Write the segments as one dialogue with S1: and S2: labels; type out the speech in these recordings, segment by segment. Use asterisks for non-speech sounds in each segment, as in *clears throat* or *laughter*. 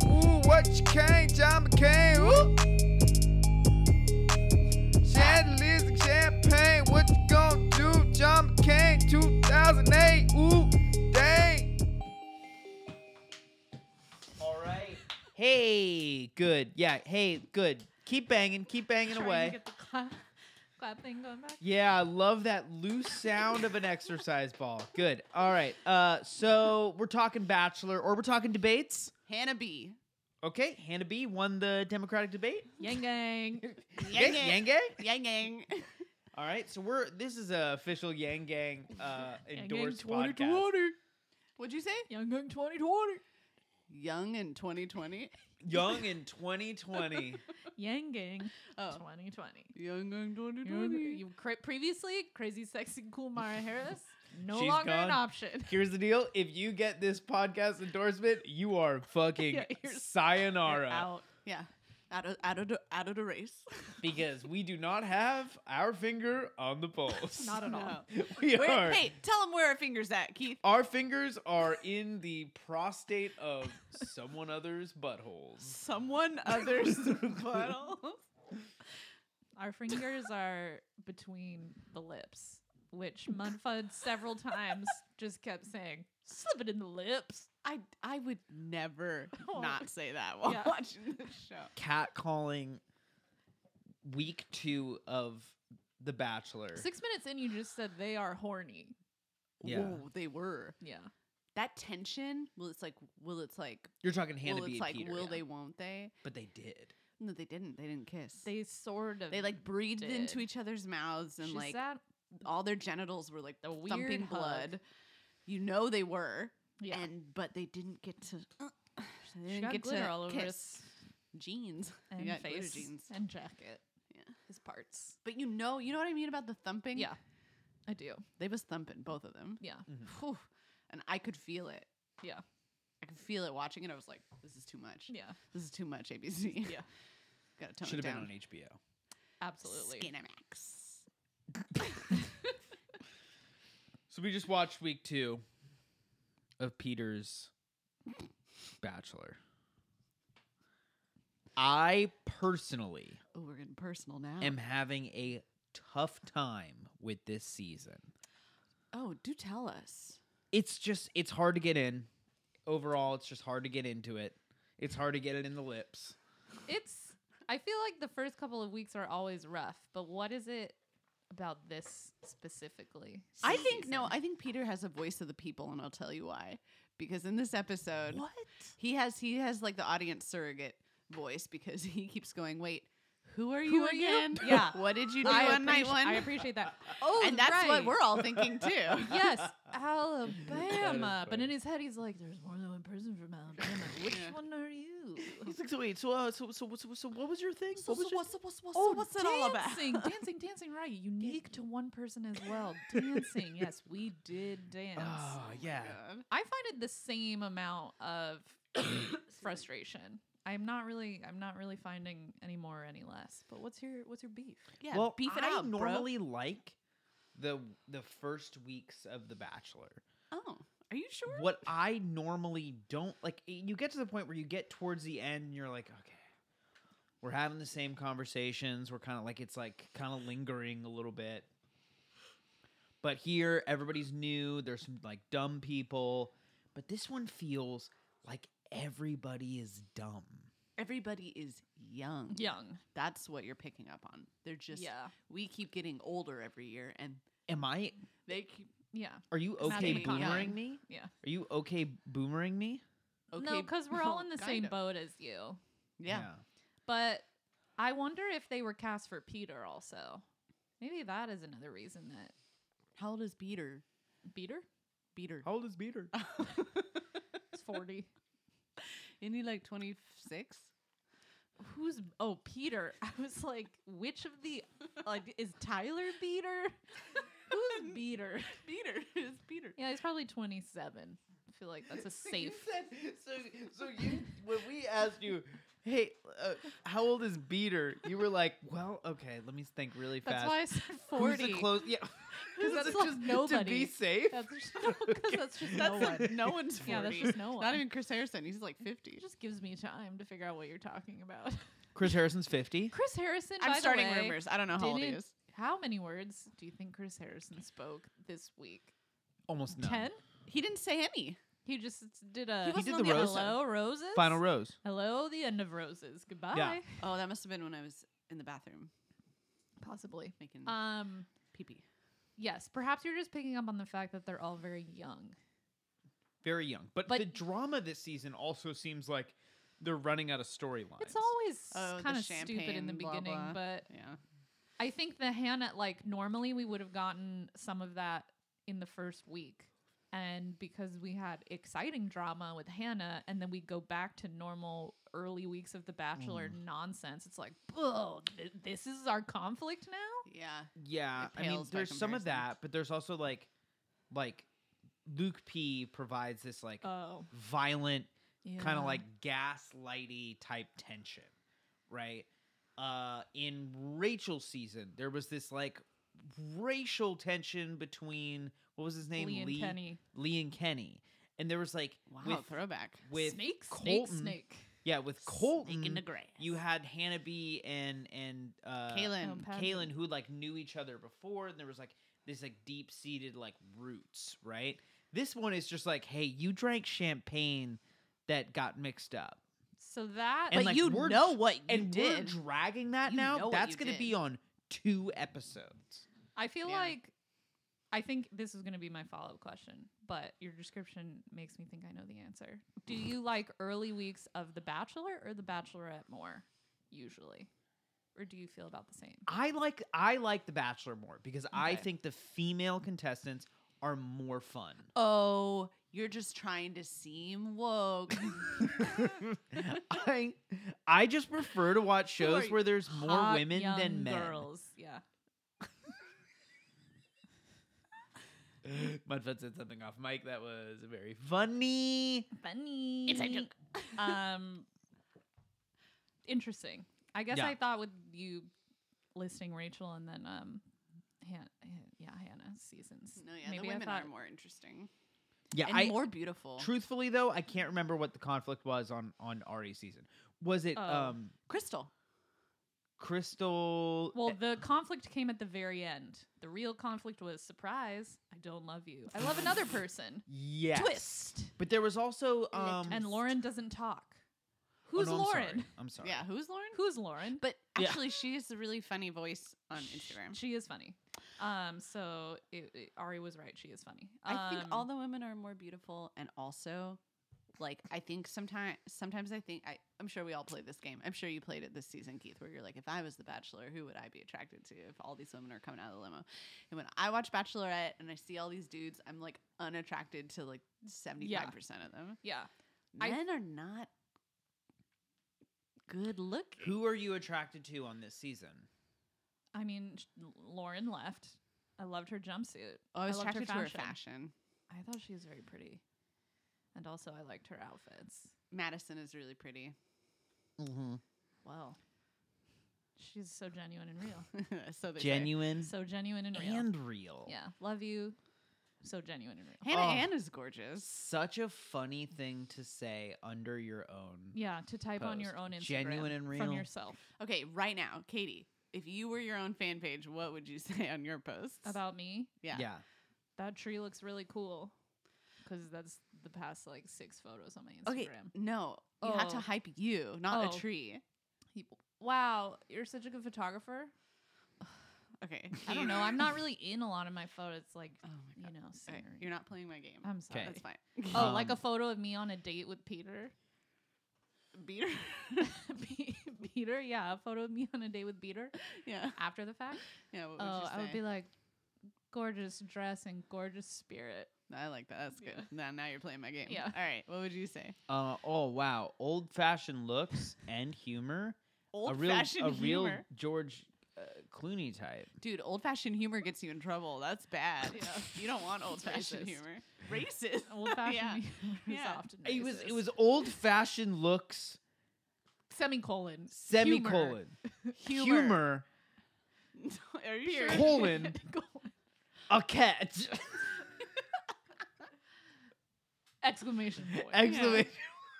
S1: but you can't John McCain. Woo! Chandeliers and champagne. What you gonna do, John McCain? 2008. Ooh, dang.
S2: All right.
S3: Hey, good. Yeah, hey, good. Keep banging, keep banging
S4: Trying
S3: away.
S4: To get the clap, *laughs* clap thing going back.
S3: Yeah, I love that loose sound of an exercise ball. Good. All right. Uh, so we're talking bachelor, or we're talking debates.
S5: Hannah B.
S3: Okay, Hannah B won the Democratic debate.
S4: Yang gang.
S3: Yang Yang gang.
S5: Yang Yang.
S3: All right, so we're this is a official Yang Gang uh, endorsed
S4: *laughs* Yang gang
S3: podcast.
S4: 2020.
S5: *laughs* What'd you say?
S4: Yang gang 2020.
S5: Young in 2020.
S3: Young in
S4: *laughs*
S3: 2020.
S4: Yang gang
S5: Oh.
S4: 2020.
S5: Young in
S4: You,
S5: 2020.
S4: you cra- previously crazy, sexy, cool Mara Harris. No
S3: She's
S4: longer
S3: gone.
S4: an option.
S3: Here's the deal: if you get this podcast endorsement, you are fucking
S4: Yeah, you're-
S3: sayonara
S4: Out. *laughs*
S5: Yeah. Out of, out, of the, out of the race.
S3: because we do not have our finger on the pulse. *laughs*
S5: *laughs*
S4: Not at all.
S3: we
S5: Where-
S3: are.
S5: hey, tell them where our finger's at, Keith.
S3: Our fingers are in the prostate of someone other's buttholes.
S5: Someone other's bottle.
S4: Our fingers are between the lips, which Munfud several times just kept saying, slip it in the lips.
S5: I, I would never
S4: Oh.
S5: not say that while
S4: Yeah.
S5: watching this show.
S3: Cat calling week two of The Bachelor.
S4: Six minutes in, you just said they are horny.
S3: Yeah.
S5: Whoa, they were.
S4: Yeah.
S5: That tension, well, it's like, will it's like,
S3: You're talking Hannah
S5: will
S3: B. and
S5: it's like,
S3: Peter.
S5: will they, won't they?
S3: But they did.
S5: No, they didn't. They didn't kiss.
S4: They sort of.
S5: they like breathed
S4: did.
S5: into each other's mouths and
S4: She
S5: like
S4: sat-
S5: all their genitals were like
S4: The weird
S5: thumping
S4: hug.
S5: blood. You know they were.
S4: Yeah.
S5: And but they didn't get *clears throat* to. they
S4: she
S5: didn't
S4: got
S5: get
S4: glitter
S5: to
S4: all over
S5: kiss
S4: his
S5: jeans. They
S4: and
S5: got glitter
S4: face
S5: jeans.
S4: and jacket.
S5: Yeah.
S4: His parts.
S5: But you know, you know what I mean about the thumping.
S4: Yeah. I do.
S5: They was thumping both of them.
S4: Yeah.
S5: Whew. And I could feel it.
S4: Yeah.
S5: I could feel it watching it. I was like, this is too much.
S4: Yeah.
S5: This is too much. ABC. *laughs*
S4: Yeah.
S5: Got to tone
S3: Should
S5: it
S3: have been
S5: down.
S3: on E. HBO.
S4: Absolutely.
S5: Skinamax.
S3: So we just watched week two of Peter's Bachelor. I personally
S5: Oh, we're getting personal now.
S3: am having a tough time with this season.
S5: oh, do tell us.
S3: It's just it's hard to get in. Overall, it's just hard to get into it. It's hard to get it in the lips.
S4: *laughs* It's. I feel like the first couple of weeks are always rough, but what is it about this specifically?
S5: I think no, I think Peter has a voice of the people, and I'll tell you why. Because in this episode, what he has, he has like the audience surrogate voice because *laughs* he keeps going, "Wait, who are you
S4: are
S5: *laughs*
S4: you?"
S5: again?
S4: Yeah.
S5: what did you do
S4: I,
S5: on night
S4: appreci-
S5: one?" *laughs*
S4: I appreciate that. Oh,
S5: and that's what *laughs*
S4: right.
S5: we're all thinking too. *laughs*
S4: Yes, Alabama. But
S3: funny.
S4: in his head, he's like, "There's more than one person
S5: *laughs*
S4: from Alabama. Which one are you?"
S3: He's like, so wait, so uh, so so so, so what was your thing?
S5: So
S3: What was your-
S5: what's, what's, what's, oh, what's it all about?
S4: Dancing, dancing, dancing.
S5: *laughs*
S4: Right, unique to one person as well. Dancing. Yes, we did dance.
S3: *laughs* Oh, yeah.
S4: I find it the same amount
S5: *coughs*
S4: of frustration. I'm not really, I'm not really finding any more or any less. But what's your, what's your beef?
S5: Yeah,
S3: well,
S5: beef it
S3: I
S5: out, bro.
S3: normally like the the first weeks of The Bachelor.
S5: Oh, are you sure?
S3: What I normally don't like, you get to the point where you get towards the end and you're like, okay, we're having the same conversations. We're kind of like, it's like kind of lingering a little bit. But here, everybody's new. There's some like dumb people. But this one feels like everybody is dumb.
S5: Everybody is young.
S4: Young.
S5: That's what you're picking up on. They're just
S4: Yeah.
S5: We keep getting older every year, and
S3: Am I,
S5: they keep
S4: Yeah.
S3: are you
S4: Not
S3: okay
S4: even young.
S3: boomering me?
S4: Yeah.
S3: Are you okay boomering me?
S5: okay.
S4: no, because we're all in the
S5: kind
S4: same
S5: of.
S4: boat as you.
S5: Yeah.
S4: But I wonder if they were cast for Peter also. Maybe that is another reason that
S5: How old is Peter?
S4: Peter
S5: Peter.
S3: How old is Peter?
S4: is
S5: *laughs*
S4: 40.
S5: Isn't he like 26?
S4: Who's oh
S5: *laughs*
S4: Peter? I was like, which of the like is Tyler
S5: *laughs*
S4: Beater? Who's Beater?
S5: Peter is Peter.
S4: Yeah, he's probably 27.
S5: *laughs*
S4: I feel like that's a safe.
S3: said so. So you, when we asked you, hey, uh, how old is Beater? You were like, well, okay, let me think really
S4: That's
S3: fast.
S4: why I said
S3: Who's the
S4: forty.
S3: close?
S4: *laughs*
S3: Yeah, *laughs*
S4: 'Cause that's
S3: Is it
S4: like
S3: just to
S4: nobody.
S3: be safe.
S4: *laughs* That's just because that's just no
S5: That's
S4: one.
S5: like no one's 40.
S4: Yeah, that's just no
S5: Not
S4: one.
S5: even Chris Harrison. He's like 50.
S4: It just gives me time to figure out what you're talking about.
S3: Chris Harrison's fifty.
S4: Chris Harrison. by
S5: I'm
S4: the
S5: starting
S4: way,
S5: rumors. I don't know how old he
S4: didn't-
S5: is.
S4: How many words do you think Chris Harrison spoke this week?
S3: Almost none.
S4: Ten.
S5: He didn't say any.
S4: He just did a.
S5: wasn't
S3: did on the the rose.
S4: hello roses.
S3: Final rose.
S4: Hello, the end of roses. Goodbye.
S5: Oh, that must have been when I was in the bathroom
S4: Possibly.
S5: making
S4: Um.
S5: pee pee.
S4: Yes. Perhaps you're just picking up on the fact that they're all very young.
S3: Very young, but,
S4: But-
S3: the drama this season also seems like they're running out of storylines.
S4: It's always
S5: Oh, the
S4: kind of stupid in the
S5: champagne, blah,
S4: beginning,
S5: blah.
S4: but
S5: Yeah.
S4: I think the Hannah, like normally we would have gotten some of that in the first week. And because we had exciting drama with Hannah, and then we go back to normal early weeks of The Bachelor
S5: Mm.
S4: nonsенse, it's like, oh, th- this is our conflict now?
S5: Yeah.
S3: Yeah,
S5: It
S3: I mean,
S5: pales by
S3: there's some of
S5: comparison.
S3: that, but there's also like, like, Luke P provides this like
S4: Oh.
S3: violent, kind of like gaslighty type tension, right? Uh, in Rachel's season, there was this like racial tension between what was his name,
S4: Lee and Kenny.
S3: Lee and Kenny, and there was like
S5: Wow.
S3: with
S5: throwback.
S3: with
S4: snake, snake,
S3: Colton-
S4: snake.
S3: yeah with Colton,
S5: Snake in the grass.
S3: you had Hannah B and and uh,
S5: Kaylin. Oh,
S4: Um, Patrick.
S3: Kaylin who like knew each other before, and there was like this like deep seated like roots, right? This one is just like, hey, you drank champagne that got mixed up,
S4: So that,
S3: and,
S5: but
S3: like,
S5: you
S3: we're
S5: know
S3: dr-
S5: what you
S3: and we're
S5: did.
S3: dragging that
S5: You know
S3: now.
S5: what
S3: That's
S5: you
S3: going to
S5: did.
S3: be on two episodes.
S4: I feel
S5: Yeah.
S4: like I think this is going to be my follow up question, but your description makes me think I know the answer. Do you like early weeks of The Bachelor or The Bachelorette more, usually? Or do you feel about the same?
S3: I like I like The Bachelor more because I
S4: Okay.
S3: think the female contestants are more
S5: *laughs*
S3: fun. *laughs*
S5: oh, you're just trying to
S3: *laughs*
S5: seem woke. *laughs*
S3: I I just prefer to watch shows
S5: are
S3: where there's more
S4: Hot
S3: women
S4: young
S3: than men.
S4: Girls, yeah.
S3: *gasps* Mudfud said something off mic that was very funny.
S4: Funny.
S5: It's a joke.
S4: *laughs* um, interesting. I guess
S3: Yeah.
S4: I thought with you listing Rachel and then um, Han- Han- yeah, Hannah seasons.
S5: no, yeah,
S4: Maybe
S5: the
S4: I
S5: women
S4: thought-
S5: are more interesting
S3: Yeah,
S5: and
S3: I
S5: more beautiful.
S3: truthfully though I can't remember what the conflict was on on Ari's season. Was it
S4: Oh.
S3: um
S5: Crystal.
S3: Crystal?
S5: Eh.
S4: Well, the conflict came at the very end. The real conflict was surprise, I don't love you. I
S5: *laughs*
S4: love another person.
S3: yes.
S4: Twist.
S3: But there was also
S5: And
S3: um
S4: And Lauren doesn't talk. Who's
S3: oh, no, I'm sorry.
S4: Lauren? *laughs*
S3: I'm sorry.
S5: Yeah, who's Lauren?
S4: Who's Lauren?
S5: But
S3: Yeah.
S5: actually, she is a really funny voice on Instagram.
S4: She is funny. Um, so it, it- Ari was right. She is funny.
S5: I think all
S4: Um,
S5: the women are more beautiful, and also, like, I think sometimes, sometimes I think I, I'm sure we all play this game. I'm sure you played it this season, Keith, where you're like, if I was the Bachelor, who would I be attracted to if all these women are coming out of the limo? And when I watch Bachelorette and I see all these dudes, I'm like unattracted to like 75 percent of them.
S4: yeah. I-
S5: Men are not good looking.
S3: Who are you attracted to on this season?
S4: I mean, sh- Lauren left. I loved her jumpsuit.
S5: Oh, I was
S4: loved
S5: attracted to her fashion.
S4: I thought she was very pretty, and also I liked her outfits.
S5: Madison is really pretty.
S3: Mm-hmm.
S4: Wow. She's so genuine and real.
S5: *laughs* so they say.
S3: Genuine
S4: so genuine and real.
S3: and real.
S4: Yeah, love you. So genuine and real.
S5: Hannah
S3: Oh.
S5: Ann is gorgeous.
S3: Such a funny thing to say under your own.
S4: Yeah, to type on your
S3: Post.
S4: own Instagram,
S3: Genuine and real.
S4: from yourself
S5: Okay, right now, Katie, if you were your own fan page, what would you *laughs* say on your posts?
S4: about me.
S5: yeah.
S3: yeah.
S4: That tree looks really cool because that's the past like six photos on my Instagram.
S5: Okay, no, you have to
S4: Oh.
S5: hype you, not
S4: Oh.
S5: a tree.
S4: Wow, you're such a good photographer. *laughs*
S5: Okay,
S4: I don't know. I'm not really in a lot of my photos. Like
S5: Oh
S4: you
S5: my god,
S4: know,
S5: All right,
S4: scenery.
S5: you're not playing my game.
S4: I'm sorry.
S5: That's
S4: *laughs*
S5: fine.
S4: Oh, like a
S3: Um,
S4: photo of me on a date with Peter. *laughs*
S5: Beater.
S4: Pe- Peter, yeah, a photo of me on a date with Peter
S5: *laughs* yeah,
S4: after the fact.
S5: yeah. What would
S4: Oh,
S5: you say?
S4: I would be like, gorgeous dress and gorgeous spirit. *laughs*
S5: I like that. That's good.
S4: Yeah.
S5: Now, now you're playing my game.
S4: Yeah.
S5: All right. What would you say?
S3: Uh, oh wow, old fashioned looks *laughs* and humor.
S5: Old
S3: a real,
S5: fashioned
S3: a real
S5: humor,
S3: George uh, Clooney type.
S5: dude. Old fashioned humor gets you in trouble. That's bad.
S4: Yeah.
S5: *laughs* You don't want old fashioned
S4: Racist.
S5: humor. Racist.
S4: Old fashioned
S5: yeah.
S4: *laughs* humor is
S5: Yeah.
S4: often
S3: It was
S4: racist.
S3: it was old fashioned looks
S4: semicolon.
S3: Semicolon.
S4: Humor.
S3: Humor.
S4: *laughs*
S5: *laughs* Are you sure?
S4: Period.
S3: Colon.
S4: *laughs* Colon.
S3: A catch.
S4: Exclamation point.
S3: *laughs* Exclamation.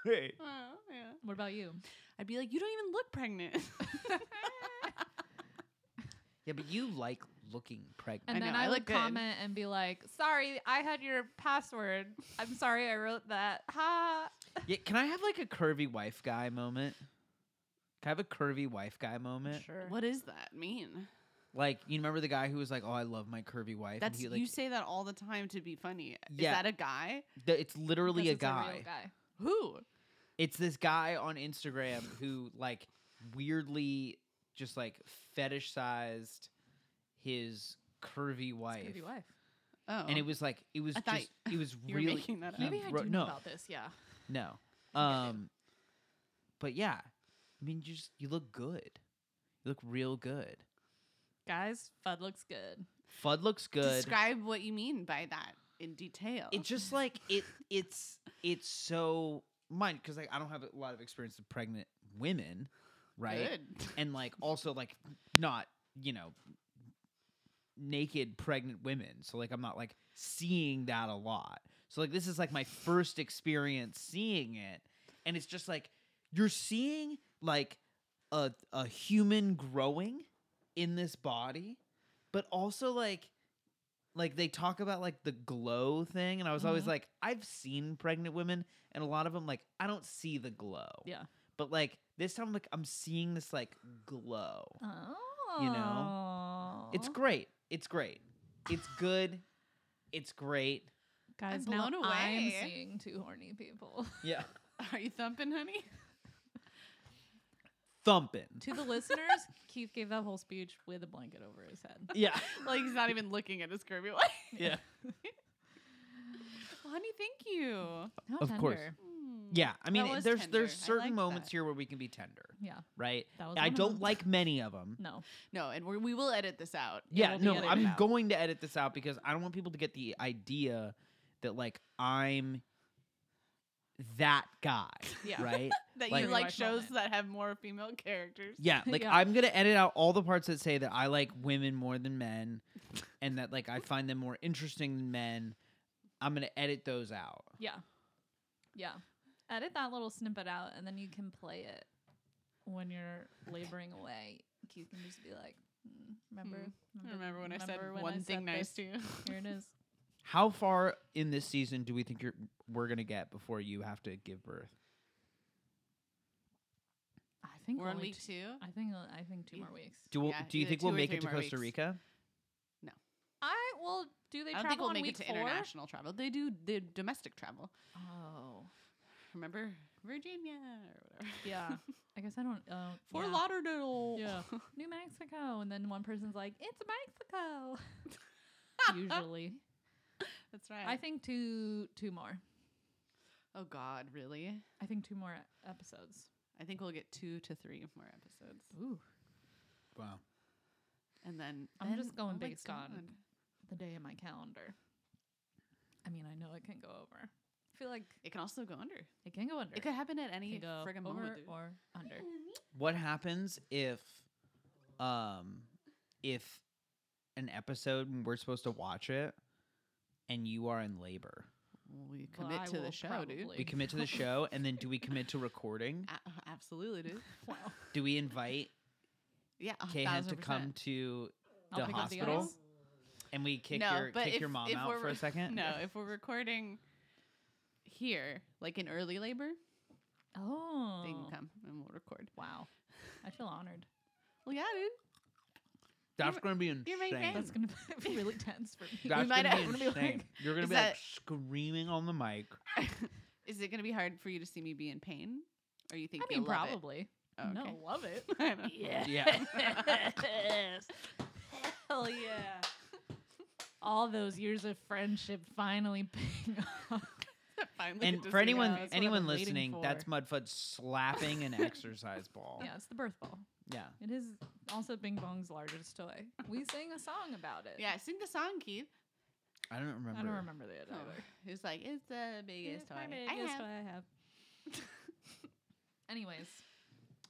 S3: Wait.
S5: Oh, yeah.
S4: What about you?
S5: I'd be like, you don't even look pregnant. *laughs*
S3: Yeah, but you like looking pregnant.
S4: And
S5: I
S4: then
S5: know,
S4: I,
S5: I
S4: would
S5: look good.
S4: comment and be like, "Sorry, I had your password. I'm sorry I wrote that." Ha.
S3: Yeah, can I have like a curvy wife guy moment? Can I have a curvy wife guy moment?
S4: Sure.
S5: what does that mean?
S3: Like, you remember the guy who was like, "Oh, I love my curvy wife."
S5: That's
S3: and he, like,
S5: you say that all the time to be funny.
S3: Yeah.
S5: Is that a guy?
S3: the, it's literally a
S4: This is real
S3: guy.
S5: Who?
S3: It's this guy on Instagram who like weirdly just like fetishized his curvy wife,
S4: It's gonna be wife.
S5: Oh,
S3: and it was like it was
S5: I thought
S3: just it was
S5: you were
S3: really
S5: making that
S3: he
S5: up.
S4: Maybe I
S3: wrote-
S4: do know
S3: no.
S4: about this. Yeah.
S3: no, um, but yeah, I mean, you just you look good, you look real good.
S4: Guys, Fud looks good.
S3: Fud looks good.
S5: Describe what you mean by that in detail.
S3: It's just like it. It's it's so mine because like I don't have a lot of experience with pregnant women, right?
S5: Good.
S3: And like also like not you know naked pregnant women. So like I'm not like seeing that a lot. So like this is like my first experience seeing it, and it's just like you're seeing like a a human growing in this body, but also like like they talk about like the glow thing and I was always
S4: Mhm.
S3: like I've seen pregnant women and a lot of them like I don't see the glow.
S4: Yeah.
S3: But like this time like I'm seeing this like glow.
S4: Oh.
S3: It's great. It's great. It's good. It's great.
S4: guys.
S5: I'm
S4: now
S5: blown
S4: I'm
S5: away.
S4: seeing two horny people. *laughs*
S3: Yeah.
S5: *laughs* Are you thumping, honey? *laughs*
S3: Thumping.
S4: to the listeners, *laughs* Keith gave that whole speech with a blanket over his head.
S3: *laughs* Yeah.
S5: Like he's not even looking at his curvy *laughs* wife.
S3: Yeah.
S5: honey, thank you.
S4: How
S3: Of course.
S4: tender.
S5: Mm.
S3: Yeah. I mean
S5: That was
S3: there's
S5: tender.
S3: there's
S5: I
S3: certain
S5: liked
S3: moments
S5: that.
S3: here where we can be tender,
S4: Yeah.
S3: right?
S4: That was.
S3: I
S4: one of Mm.
S3: don't *laughs*
S4: them.
S3: like many of them.
S4: No.
S5: No, and we're, we will edit this out. It
S3: Yeah,
S5: will be
S3: no,
S5: edited
S3: I'm
S5: out.
S3: going to edit this out because I don't want people to get the idea that like I'm that guy,
S4: Yeah.
S3: right?
S5: that
S3: like-
S5: you like
S4: Wife
S5: shows
S4: moment.
S5: that have more female characters.
S3: Yeah,
S5: *laughs*
S3: like
S4: Yeah.
S3: I'm gonna edit out all the parts that say that I like women more than men, and that like I find them more interesting than men. I'm gonna edit those out.
S4: Yeah. Yeah. Edit that little snippet out and then you can play it when you're laboring away. You can just be like, "Mm, remember,
S5: Remember when Hmm. I said
S4: remember when
S5: one
S4: I
S5: thing
S4: said
S5: nice
S4: this?
S5: to you? *laughs*
S4: Here it is.
S3: How far in this season do we think you're we're gonna get before you have to give birth?
S4: I think
S5: We're on
S4: only
S5: week
S4: two-
S5: two.
S4: I think I think two
S5: Yeah.
S4: more weeks.
S3: Do we'll,
S5: Yeah,
S3: do you
S5: either
S3: think we'll
S5: two or
S3: make
S5: three
S3: it to
S5: more
S3: Costa
S5: weeks.
S3: Rica?
S4: I well, do they
S5: I don't
S4: travel
S5: think we'll
S4: on
S5: make
S4: week
S5: it to
S4: four?
S5: international travel. They do the domestic travel.
S4: Oh,
S5: Remember Virginia or whatever. *laughs*
S4: yeah. I guess I don't. Uh,
S5: Fort *laughs*
S4: yeah.
S5: Lauderdale.
S4: Yeah. New Mexico, and then one person's like, "It's
S5: *laughs*
S4: Mexico." Usually,
S5: That's right.
S4: I think two two more.
S5: oh God, really?
S4: I think two more episodes.
S5: I think we'll get two to three more episodes,
S4: Ooh.
S3: Wow.
S5: and then
S4: I'm
S5: then-
S4: just going
S5: oh my
S4: based on-
S5: God.
S4: the day in my calendar. I mean, I know it can go over. I feel like
S5: It can also go under.
S4: it can go under.
S5: It could happen at
S4: It
S5: any
S4: can go
S5: friggin'
S4: over
S5: moment. dude.
S4: or
S5: *laughs*
S4: under.
S3: What happens if, um, if an episode and we're supposed to watch it, and you are in labor?
S5: We
S4: Well,
S5: commit
S4: I
S5: to
S4: will
S5: the show, dude.
S3: We
S4: probably-
S3: commit to
S5: *laughs*
S3: the show, and then do we commit to recording?
S5: A- uh, absolutely, *laughs* dude.
S4: Wow.
S3: Do we invite
S5: Yeah, a
S3: Kay had to
S5: thousand
S3: come
S5: percent.
S3: to
S4: I'll
S3: the
S4: pick up the
S3: hospital
S4: odds.
S3: and we kick
S5: no,
S3: your
S5: but
S3: kick
S5: if,
S3: your mom
S5: if
S3: out
S5: we're
S3: for
S5: *laughs*
S3: a
S5: re-
S3: second?
S5: No, if we're recording here, like in early labor,
S4: Oh.
S5: they
S3: Oh.
S5: can come and we'll record.
S4: Wow. I feel
S5: *laughs*
S4: honored.
S5: Well, yeah, dude.
S3: That's gonna be insane.
S5: you're my
S4: That's
S5: friend.
S4: going to be *laughs* really tense for me.
S3: That's
S5: We might
S3: gonna
S5: have-
S3: be
S5: we're gonna be
S3: insane.
S5: like,
S3: You're gonna
S5: is
S3: be like
S5: that-
S3: screaming on the mic.
S5: *laughs* Is it gonna be hard for you to see me be in pain, or you think?
S4: I mean,
S5: you'll love it?
S4: probably.
S5: Oh, okay.
S4: No, love it.
S5: *laughs* I know.
S4: Yeah.
S3: Yeah.
S4: Hell yeah. All those years of friendship finally *laughs* paying off.
S5: *laughs* Finally,
S3: and
S5: get to
S3: for
S5: see
S3: anyone
S5: how
S4: that's what I've
S3: anyone
S4: been waiting
S3: listening, that's
S4: for.
S3: Mudfud slapping an exercise ball.
S4: Yeah, it's the birth ball.
S3: Yeah.
S4: It is also Bing Bong's largest toy. We sang a song about it.
S5: *laughs* Yeah, sing the song, Keith.
S3: I don't remember.
S4: I don't remember the other.
S5: Oh, It's like it's
S4: *laughs*
S5: the biggest toy I have.
S4: Anyways,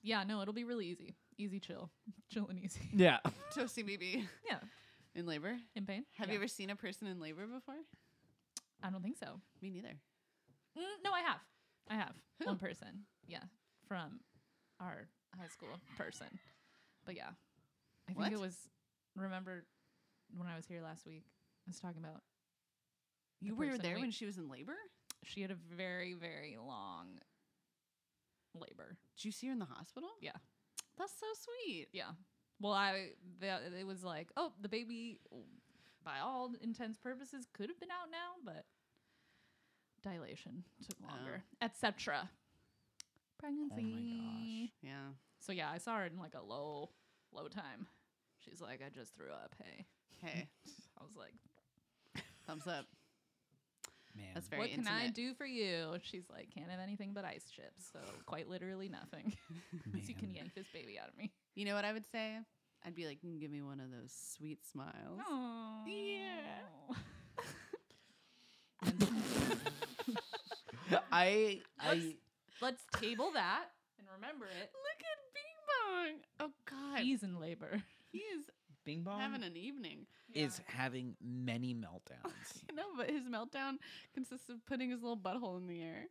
S4: yeah, no, it'll be really easy. Easy chill. *laughs* Chill and easy. *laughs*
S3: Yeah.
S5: Toasty BB
S4: yeah.
S5: *laughs* in labor.
S4: In pain?
S5: Have
S4: Yeah.
S5: you ever seen a person in labor before?
S4: I don't think so.
S5: Me neither.
S4: Mm, no, I have. I have.
S5: Who?
S4: One person. Yeah. From our high school person. But yeah. I think
S5: What?
S4: it was remember when I was here last week, I was talking about
S5: You
S4: The
S5: were
S4: person
S5: there
S4: we-
S5: when she was in labor?
S4: she had a very, very long labor.
S5: Did you see her in the hospital?
S4: Yeah.
S5: That's so sweet.
S4: Yeah. Well, I the, it was like, oh, the baby, by all intents purposes, could have been out now, but dilation took
S5: Oh.
S4: longer, etc.
S5: Oh
S4: Pregnancy.
S5: Yeah.
S4: So yeah, I saw her in like a low, low time. She's like, I just threw up. Hey,
S5: Hey,
S4: I was like,
S5: thumbs up.
S3: Man.
S5: That's very
S4: what can I
S5: intimate.
S4: do for you? She's like, can't have anything but ice chips. So quite literally nothing. *laughs* so you can
S3: Man.
S4: yank this baby out of me.
S5: You know what I would say? I'd be like, "Mm, give me one of those sweet smiles.
S4: Oh
S5: Yeah.
S3: *laughs* I I
S4: Let's- Let's table that and remember it.
S5: Look at Bing Bong. Oh God, he's,
S4: He's in labor.
S3: Bing Bong
S5: having an evening. *laughs*
S3: is having many meltdowns.
S5: You know, but his meltdown consists of putting his little butthole in the air.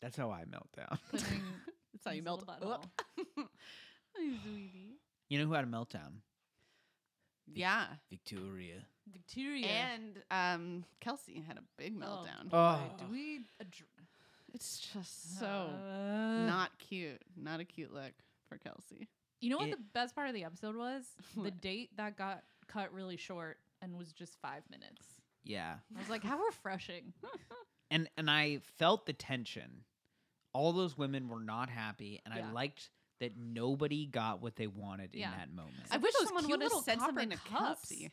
S3: That's how I melt down.
S4: *laughs* putting
S5: *laughs* That's how you
S4: his
S5: melt
S4: little
S5: up. *laughs*
S4: butthole.
S5: Hey, sweetie.
S3: You know who had a meltdown?
S5: Yeah,
S3: Victoria.
S4: Victoria.
S5: and um, Kelsey had a big
S4: Oh,
S5: meltdown.
S3: Oh.
S4: do we adr-
S5: It's just so
S4: Uh,
S5: not cute. Not a cute look for Kelsey.
S4: You know what
S3: It-
S4: the best part of the episode was?
S5: *laughs*
S4: The
S5: What?
S4: date that got cut really short and was just five minutes.
S3: Yeah.
S5: *laughs*
S4: I was like, how refreshing.
S3: And and I felt the tension. All those women were not happy, and I
S4: Yeah.
S3: liked that nobody got what they wanted
S4: Yeah.
S3: in that moment.
S5: I
S4: Look at
S5: wish
S4: those
S5: someone
S4: cute
S5: would have
S4: little
S5: said
S4: copper
S5: something to
S4: cups.
S5: Kelsey.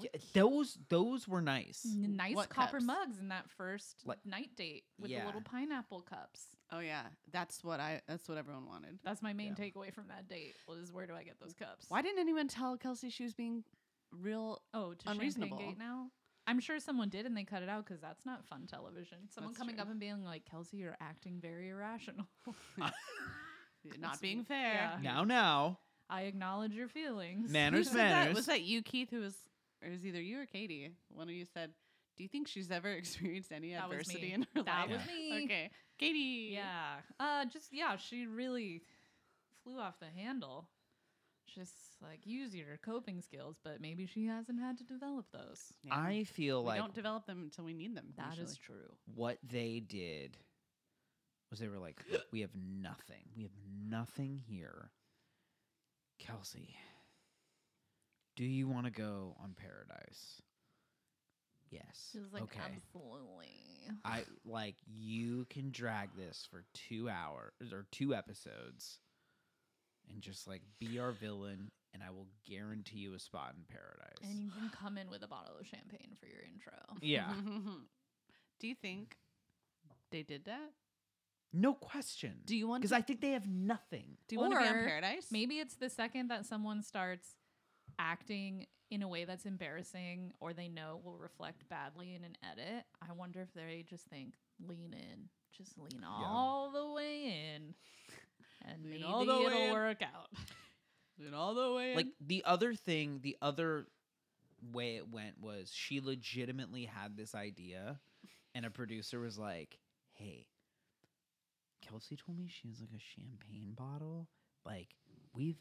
S3: Yeah, those those were nice.
S4: N- nice
S5: What
S4: copper
S5: cups?
S4: mugs in that first
S3: Like-
S4: night date with
S3: Yeah.
S4: the little pineapple cups.
S5: Oh yeah, that's what I. That's what everyone wanted.
S4: That's my main
S3: Yeah.
S4: takeaway from that date was where do I get those cups?
S5: Why didn't anyone tell Kelsey she was being real?
S4: Oh, to
S5: Unreasonable.
S4: Champagne Gate now. I'm sure someone did and they cut it out because that's not fun television. Someone
S5: That's
S4: coming
S5: true.
S4: up and being like, "Kelsey, you're acting very irrational."
S5: Not
S4: *laughs* That's
S5: being
S4: weird.
S5: fair.
S4: Yeah.
S3: Now now,
S4: I acknowledge your feelings.
S5: Who
S3: manners
S5: said that?
S3: manners.
S5: Was that you, Keith? Who was? Or was either you or Katie? One of you said, "Do you think she's ever *laughs* experienced any
S4: That was
S5: adversity
S4: me.
S5: in her
S4: *laughs*
S5: life?"
S4: that
S5: *laughs*
S4: was me.
S5: Okay, Katie.
S4: Yeah. Uh, just yeah, she really flew off the handle. Just like use your coping skills, but maybe she hasn't had to develop those.
S5: Yeah.
S3: I feel
S5: we
S3: like
S5: don't develop them until we need them.
S4: That is
S5: usually.
S4: true.
S3: what they did was they were like, "Look, we have nothing. We have nothing here. Kelsey, do you want to go on Paradise? Yes.
S4: She was like,
S3: okay.
S4: absolutely.
S3: I like you can drag this for two hours or two episodes and just like be our villain and I will guarantee you a spot in paradise.
S4: And you can come in with a bottle of champagne for your intro.
S5: *laughs*
S3: yeah.
S4: *laughs*
S5: Do you think they did that?
S3: No question.
S5: Do you want?
S3: Because
S5: To,
S3: I think they have nothing.
S5: do you want to be on
S4: Or
S5: Paradise?
S4: Maybe it's the second that someone starts acting in a way that's embarrassing or they know will reflect badly in an edit. I wonder if they just think, lean in, just lean all the way in, and
S5: Lean
S4: maybe
S5: all the
S4: it'll
S5: way in."
S4: work out.
S5: And all the way.
S3: Like the other thing, the other way it went was she legitimately had this idea, and a producer was like, "Hey, Kelsey told me she has like a champagne bottle. Like we've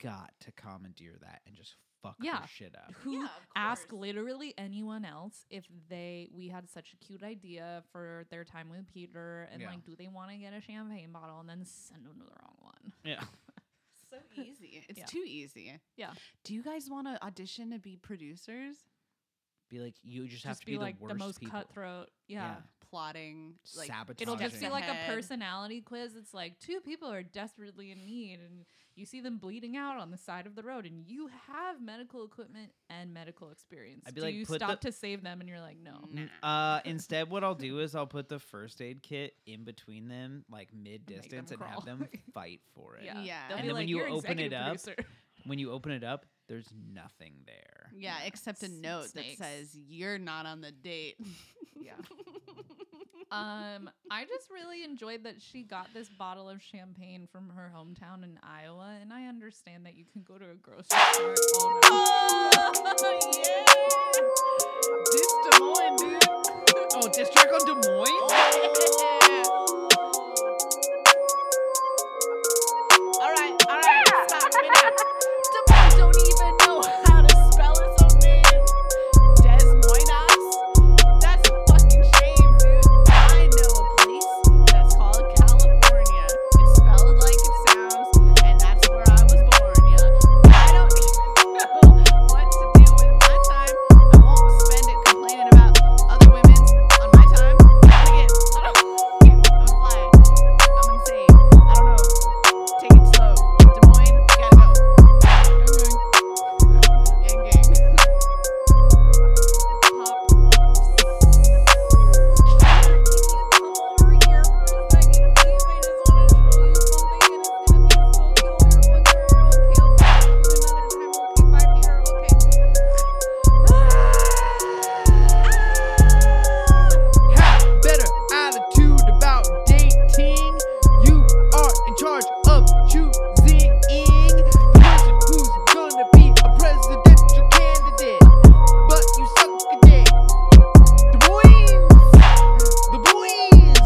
S3: got to commandeer that and just fuck
S4: Yeah.
S3: her shit
S4: *laughs*
S3: up."
S4: Who
S5: Yeah, of
S4: ask
S5: course.
S4: literally anyone else if they we had such a cute idea for their time with Peter and
S3: Yeah.
S4: like do they want to get a champagne bottle and then send them to the wrong one?
S3: Yeah,
S5: *laughs* *laughs* so easy. It's
S4: Yeah.
S5: too easy.
S4: Yeah.
S5: Do you guys want to audition to be producers?
S3: be like you just, have
S4: Just
S3: to
S4: be,
S3: be,
S4: like
S3: the,
S4: the,
S3: worst
S4: most
S3: people.
S4: cutthroat. yeah.
S3: Yeah.
S5: Plotting, like
S3: Sabotaging.
S4: It'll just
S3: Project.
S4: be like a
S5: ahead.
S4: personality quiz. It's like two people are desperately in need, and you see them bleeding out on the side of the road, and you have medical equipment and medical experience.
S3: I'd be
S4: Do
S3: like,
S4: you
S3: "Put the-
S4: stop to save them? And you're like, *laughs* no.
S3: N-
S4: *laughs*
S3: Uh, instead, what I'll do is I'll put the first aid kit in between them, like mid
S4: them
S3: distance, and
S4: crawl.
S3: have
S4: *laughs*
S3: them fight for it.
S4: Yeah.
S5: Yeah.
S4: They'll
S5: And
S4: be
S3: then when
S4: like,
S3: you
S4: "You're
S3: open
S4: executive
S3: it up-
S4: producer." *laughs*
S3: When you open it up, there's nothing there.
S5: Yeah,
S4: Yeah.
S5: except a
S4: S-
S5: note *laughs*
S4: snakes.
S5: that says you're not on the date.
S4: Yeah. Um, I just really enjoyed that she got this bottle of champagne from her hometown in Iowa, and I understand that you can go to a grocery store. Oh,
S5: This Des Moines, dude.
S3: Oh, District on Des
S5: Oh,
S3: Moines?
S5: All right, all right, stop it up. Des Moines don't even know how to spell its own name. Des Moines. That's a fucking shame, dude. I know a place that's called California. It's spelled like it sounds, and that's where I was born, yeah. I don't *laughs* even know what to do with my time. I won't spend it complaining about other women on my time. I get, I don't, I'm flying. I'm insane. I don't know. Take it slow. Des Moines, you gotta go. Gang, gang. Gang, gang. Pop. Can you come over here for a second, please? I just wanna show you something, and it's gonna be so cool. You're one year old. Okay, I'll talk to you another time. Okay, bye, Peter. Okay.
S1: Have better attitude about dating. You are in charge of choosing the person who's gonna be a presidential candidate. But you suck a dick. The boys, the boys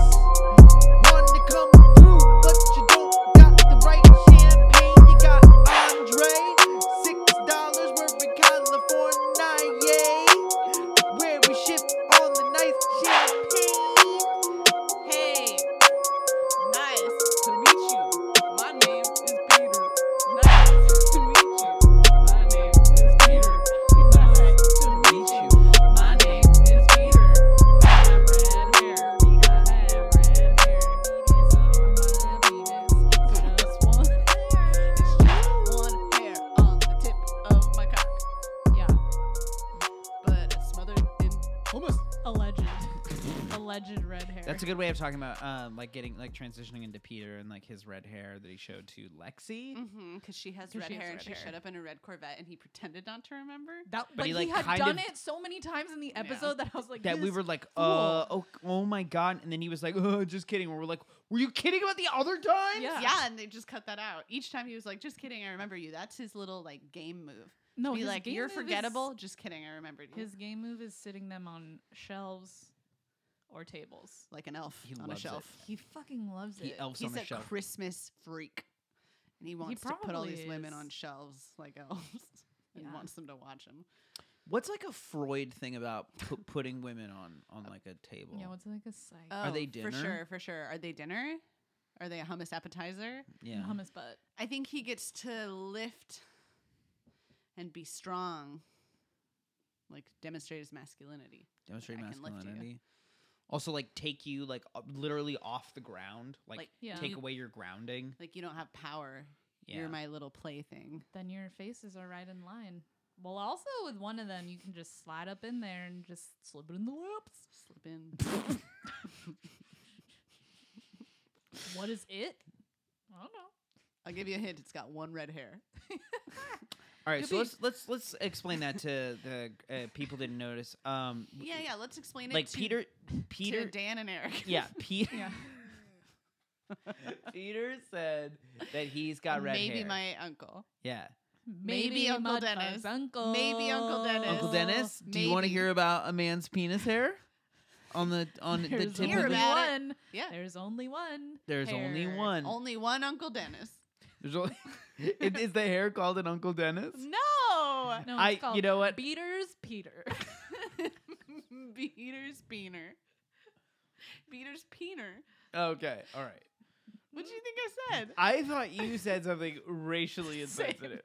S1: want to come through, but you don't got the right champagne. You got Andre, six dollars. We're in California, yay where we ship on the nice champagne.
S5: Hey, nice to meet you. My name is Peter. Nice to meet you. My name is Peter. Nice to meet you. My name is Peter. I have red hair. I have red hair. It's on my penis. It's just one hair. It's just one hair on the tip of my cock. Yeah, but it's smothered in almost.
S4: Alleged, alleged red hair.
S3: That's a good way of talking about um, like getting like transitioning into Peter and like his red hair that he showed to Lexi.
S5: Mm-hmm. Because she has
S4: 'Cause
S5: red
S4: she has
S5: hair and
S4: red
S5: she
S4: hair.
S5: showed up in a red Corvette and he pretended not to remember.
S4: that,
S3: But
S4: but
S3: he,
S4: he,
S3: like,
S4: had
S3: kind
S4: done
S3: of-
S4: it so many times in the episode that I was like,
S3: That we
S4: this
S3: were like, uh, oh, oh my god, and then he was like, oh, just kidding. We're like, were you kidding about the other time?
S4: Yeah.
S5: Yeah, and they just cut that out. Each time he was like, just kidding, I remember you. That's his little like game move.
S4: no,
S5: Be
S4: his
S5: like,
S4: game
S5: you're
S4: move is-
S5: forgettable. Just kidding, I remembered you.
S4: his game move is sitting them on shelves or tables.
S5: like an elf
S3: He
S5: on a
S3: loves it.
S5: shelf.
S4: He fucking loves
S3: He
S4: it.
S3: elves
S5: He's
S3: on the
S5: a
S3: shelf.
S5: Christmas freak. And he wants to put all
S4: probably
S5: these women
S4: is.
S5: on shelves like elves *laughs* and
S4: Yeah.
S5: wants them to watch him.
S3: What's like a Freud thing about pu-
S5: *laughs*
S3: putting women on on like a table?
S4: yeah, it's like a psych.
S3: Are they
S5: Oh, For
S3: dinner?
S5: sure, for sure. Are they dinner? Are they a hummus appetizer?
S3: yeah.
S4: Hummus butt.
S5: I think he gets to lift and be strong, like demonstrate his masculinity.
S3: demonstrate
S5: I can lift you.
S3: masculinity. Also, like take you like o- literally off the ground, like,
S5: Like,
S4: Yeah.
S3: take away your grounding.
S5: Like you don't have power.
S3: Yeah,
S5: You're my little plaything.
S4: then your faces are right in line. Well, also with one of them, you can just slide up in there and just slip it in the lips.
S5: Slip in.
S4: What is it? I don't know.
S5: *laughs* I'll give you a hint. It's got one red hair.
S3: All right,
S4: Could
S3: so
S4: be.
S3: let's let's let's explain that to the uh, people didn't notice. Um,
S5: Yeah, yeah. Let's explain it.
S3: like
S5: to,
S3: Peter,
S5: to
S3: Peter,
S5: Dan, and
S3: *laughs*
S5: Eric.
S4: *laughs*
S3: yeah, Peter.
S4: Yeah.
S3: *laughs* Peter said that he's got red
S5: Maybe
S3: hair.
S5: my uncle.
S3: yeah,
S5: Maybe Uncle
S4: Mudfuzz
S5: Dennis.
S4: Uncle.
S5: Maybe Uncle Dennis.
S3: Uncle
S5: Oh,
S3: Dennis, do you want to
S5: maybe.
S3: hear about a man's penis hair on the on the
S4: There's
S3: tip
S5: Hear
S3: of
S4: only
S3: the?
S5: about it.
S4: one.
S5: Yeah.
S4: There's only one.
S3: There's only
S4: hair.
S3: one.
S5: Only one Uncle Dennis. *laughs*
S3: There's only. *laughs* It- is the hair called an Uncle Dennis?
S5: No.
S4: No,
S3: I-
S4: it's
S3: you
S4: called
S3: know what?
S4: Beaters
S5: *laughs*
S4: Peter.
S5: Peter's peener. Peter's peener.
S3: Okay, all right.
S5: What do you think I said?
S3: I thought you said something racially
S5: *laughs* Same.
S3: insensitive.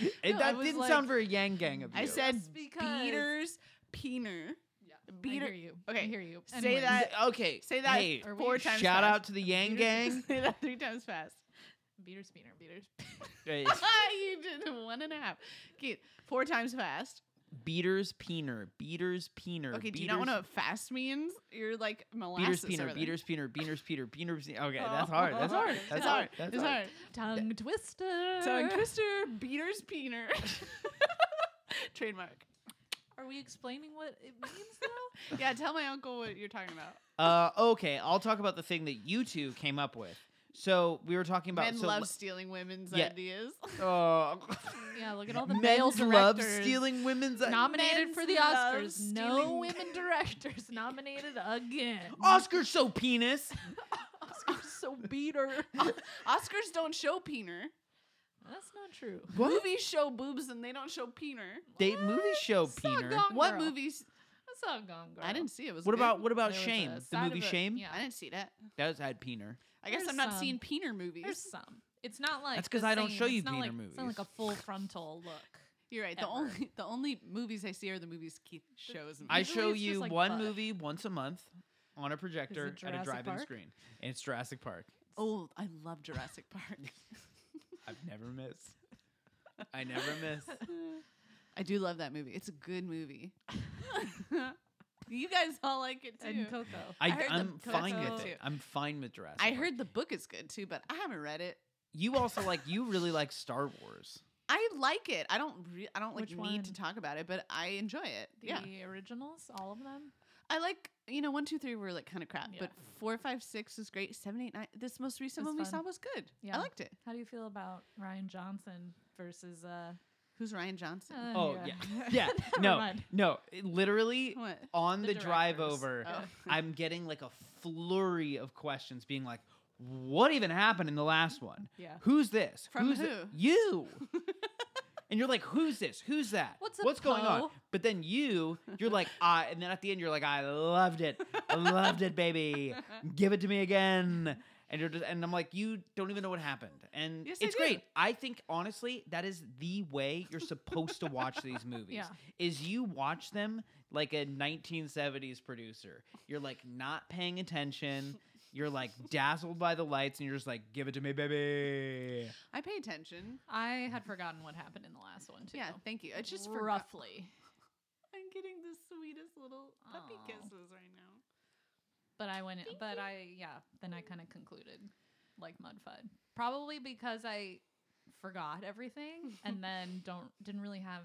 S3: it,
S4: No, I
S3: that
S4: was
S3: didn't
S4: like-
S3: sound very yang gang of you.
S5: I said
S4: Just because-
S5: Peter's peener.
S4: Yeah. I
S5: Peter-
S4: hear you. I
S5: okay,
S4: hear you.
S5: say
S4: Anyways,
S5: that
S3: Th- okay.
S5: say that
S3: Hey,
S4: Or
S5: four
S4: we-
S5: times.
S3: shout
S5: fast.
S3: out to the Yang
S5: Peter's-
S3: Gang.
S5: *laughs* Say that three times fast.
S3: *laughs*
S4: Beaters Peter. Beaters.
S5: *laughs*
S3: Hey,
S5: you did one and a half. Keith, four times fast.
S3: Beaters peener. Beaters peener.
S5: Okay,
S3: beaters,
S5: do you not want to know what fast means? You're like
S3: Beaters
S5: molasses. over
S3: peener.
S5: there. Oh.
S3: Beaters peener. Beaters peener. Beaters peener. Okay, that's hard. That's
S5: *laughs*
S3: hard. That's hard.
S5: It's hard.
S3: That's
S5: It's
S3: hard.
S5: hard.
S4: Tongue twister.
S3: *laughs*
S5: So, Twister, Beaters, Peener. *laughs* Trademark.
S4: Are we explaining what it means though?
S5: yeah, tell my uncle what you're talking about.
S3: Uh, okay, I'll talk about the thing that you two came up with. So we were talking about
S5: Men
S3: so
S5: love
S3: le-
S5: stealing women's
S3: Yeah.
S5: ideas.
S3: *laughs*
S5: *laughs*
S3: Oh.
S4: yeah, look at all the
S3: Men's
S4: male
S3: love
S4: directors
S3: stealing women's. uh,
S4: nominated
S5: Men's
S4: for the
S5: love
S4: Oscars. No
S5: stealing-
S4: women directors *laughs* nominated
S5: *laughs*
S4: again.
S3: Oscar so penis.
S4: Oscar's *laughs* so beater.
S5: Oscars don't show peener.
S4: That's not true.
S5: Movies show boobs and they don't show peener.
S3: They movie show
S4: Saw
S3: peener.
S4: Gone
S5: What
S4: Girl.
S5: movies?
S4: I saw Gone Girl.
S5: I didn't see it. Was it
S3: What
S5: good?
S3: about what about
S4: There was
S3: Shame?
S4: a
S3: The
S4: side
S3: movie
S4: of it-
S3: Shame.
S4: yeah.
S5: I didn't see that.
S3: That was had peener.
S5: I guess
S4: There's
S5: I'm not
S4: some.
S5: seeing peener movies.
S4: There's some. It's not like
S3: That's 'cause
S4: the
S3: I don't
S4: same.
S3: show you
S4: it's not
S3: Wiener
S4: like, It's not like a
S3: movies.
S4: full frontal look.
S5: You're right. The
S4: ever.
S5: only the only movies I see are the movies Keith shows. And
S3: I
S4: Usually
S3: show
S4: it's just
S3: you
S4: like
S3: one
S4: butt.
S3: movie once a month on a projector at a
S4: Jurassic
S3: drive-in
S4: Park?
S3: screen, and it's Jurassic Park.
S5: oh, I love Jurassic
S3: *laughs*
S5: Park.
S3: I've never missed. I never
S4: *laughs*
S3: miss.
S5: *laughs* I do love that movie. It's a good movie. you guys all like it too.
S4: And Coco.
S3: I,
S5: heard the
S3: I'm fine with
S5: Coco-
S3: it. I'm fine with Jurassic.
S5: I
S3: Park.
S5: heard the book is good too, but I haven't read it.
S3: you also like. You really like Star
S4: *laughs*
S3: Wars.
S5: I like it. I don't. Re- I don't like
S4: Which
S5: need to
S4: one?
S5: talk about it, but I enjoy it.
S4: The
S5: yeah,
S4: originals, all of them.
S5: I like. You know, one, two, three were like kind of crap,
S4: Yeah.
S5: but four, five, six is great. Seven, eight, nine. This most recent
S4: It's
S5: one we
S4: fun.
S5: saw was good.
S4: Yeah.
S5: I liked it.
S4: How do you feel about Ryan Johnson versus uh?
S5: Who's Ryan Johnson?
S4: uh,
S3: Oh, Yeah.
S4: *laughs* Never
S3: no.
S4: mind.
S3: No. it literally
S5: what?
S3: on the,
S4: The
S3: drive
S4: directors.
S3: over,
S5: Oh.
S3: *laughs* I'm getting like a flurry of questions, being like, "What even happened in the last one?
S4: Yeah.
S3: Who's this?
S5: From
S3: who's thi-
S5: who?" *laughs*
S3: you?" and you're like, "Who's this? Who's that?
S4: What's a
S3: going on?"
S4: Poe?
S3: But then you, you're
S5: *laughs*
S3: like, "I," and then at the end, you're like, "I loved it. I loved it, baby. Give it to me again." And you're just, and I'm like, you don't even know what happened, and
S5: Yes, I
S3: it's
S5: do.
S3: great. I think honestly, that is the way you're supposed to watch
S5: *laughs*
S3: these movies
S4: Yeah.
S3: is you watch them like a 1970s producer. You're like not paying attention. You're
S4: *laughs*
S3: like dazzled by the lights, and you're just like, "Give it to me, baby."
S5: I pay attention.
S4: I had forgotten what happened in the last one too.
S5: Yeah, thank you. I just forgot.
S4: roughly,
S5: I'm getting the sweetest little puppy
S4: Aw.
S5: kisses right now.
S4: but I went. But I yeah. Then I kind of concluded, like Mudfud, probably because I forgot everything
S5: *laughs*
S4: and then don't didn't really have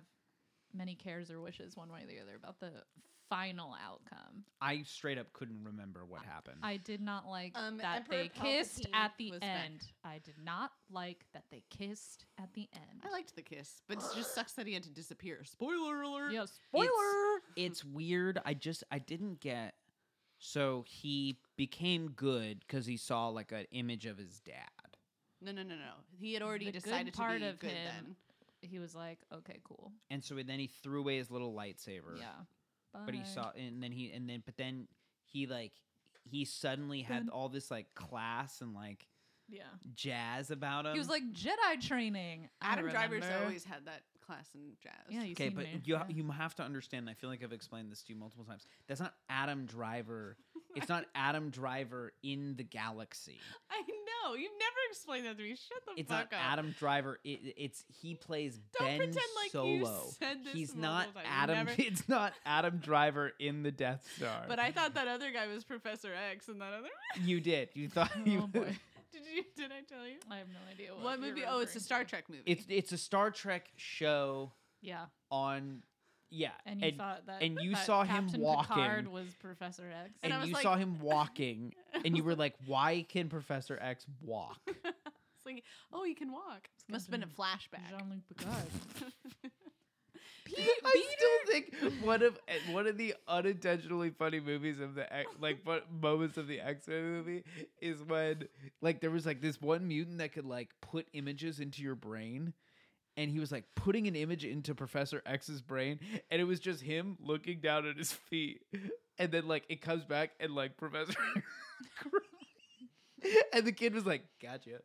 S4: many cares or wishes one way or the other about the final outcome.
S3: I straight up couldn't remember what happened.
S4: I did not like
S5: Um,
S4: that
S5: Emperor
S4: they kissed
S5: Palpatine
S4: at the
S5: was
S4: end.
S5: back.
S4: I did not like that they kissed at the end.
S5: I liked the kiss, but it just sucks that he had to disappear. Spoiler alert.
S4: yeah, spoiler.
S3: it's weird. I just I didn't get. So he became good because he saw like an image of his dad.
S5: No, no, no, no. He had already
S4: The good
S5: decided to
S4: part
S5: be
S4: of
S5: good
S4: him-
S5: then.
S4: He was like, okay, cool.
S3: And so then he threw away his little lightsaber.
S4: Yeah.
S3: but he
S4: Bye.
S3: saw and then he and then but then he like he suddenly had
S4: Then-
S3: all this like class and like
S4: Yeah.
S3: jazz about him
S4: He was like Jedi training. I
S5: Adam Driver's
S4: remember."
S5: always had that class in jazz.
S4: Yeah, you
S3: okay
S4: seen
S3: but
S4: me.
S3: you,
S4: Yeah.
S3: you have to understand i feel like i've explained this to you multiple times that's not adam driver it's
S5: *laughs*
S3: not adam driver in the galaxy
S5: I know. You've never explained that to me. Shut the
S3: it's not
S5: fuck up.
S3: adam driver it, it's he plays
S5: Don't
S3: ben
S5: pretend like
S3: solo
S5: you said this.
S3: he's
S5: multiple
S3: not
S5: times. You
S3: adam
S5: never-
S3: it's not adam driver in the
S5: *laughs*
S3: death star
S5: But I thought that other guy was Professor X, and that other. *laughs*
S3: you did you thought he
S4: Oh,
S3: was
S4: boy.
S5: Did you? Did I tell you?
S4: I have no idea what,
S5: What
S4: you're
S5: movie? Oh, it's a
S4: referring
S5: Star
S4: to.
S5: Trek
S3: *laughs*
S5: movie. *laughs*
S3: it's it's a star trek show
S4: Yeah,
S3: on yeah
S4: and you thought that,
S3: and you
S4: that
S3: saw him
S4: Captain
S3: walking,
S4: Picard was Professor X.
S5: and I
S3: and
S5: was
S3: you
S5: like-
S3: saw him walking and
S5: *laughs*
S3: you were like why can professor x walk
S5: It's like, oh, he can walk. Must have been a flashback.
S4: Jean Luc Picard.
S3: *laughs* i still think one of eh, one of the unintentionally funny movies of the X- like fun- moments of the x-men movie is when like there was like this one mutant that could like put images into your brain and he was like putting an image into Professor X's brain, and it was just him looking down at his feet, and then like it comes back, and like Professor, *laughs* cries. and the kid was like, "Gotcha."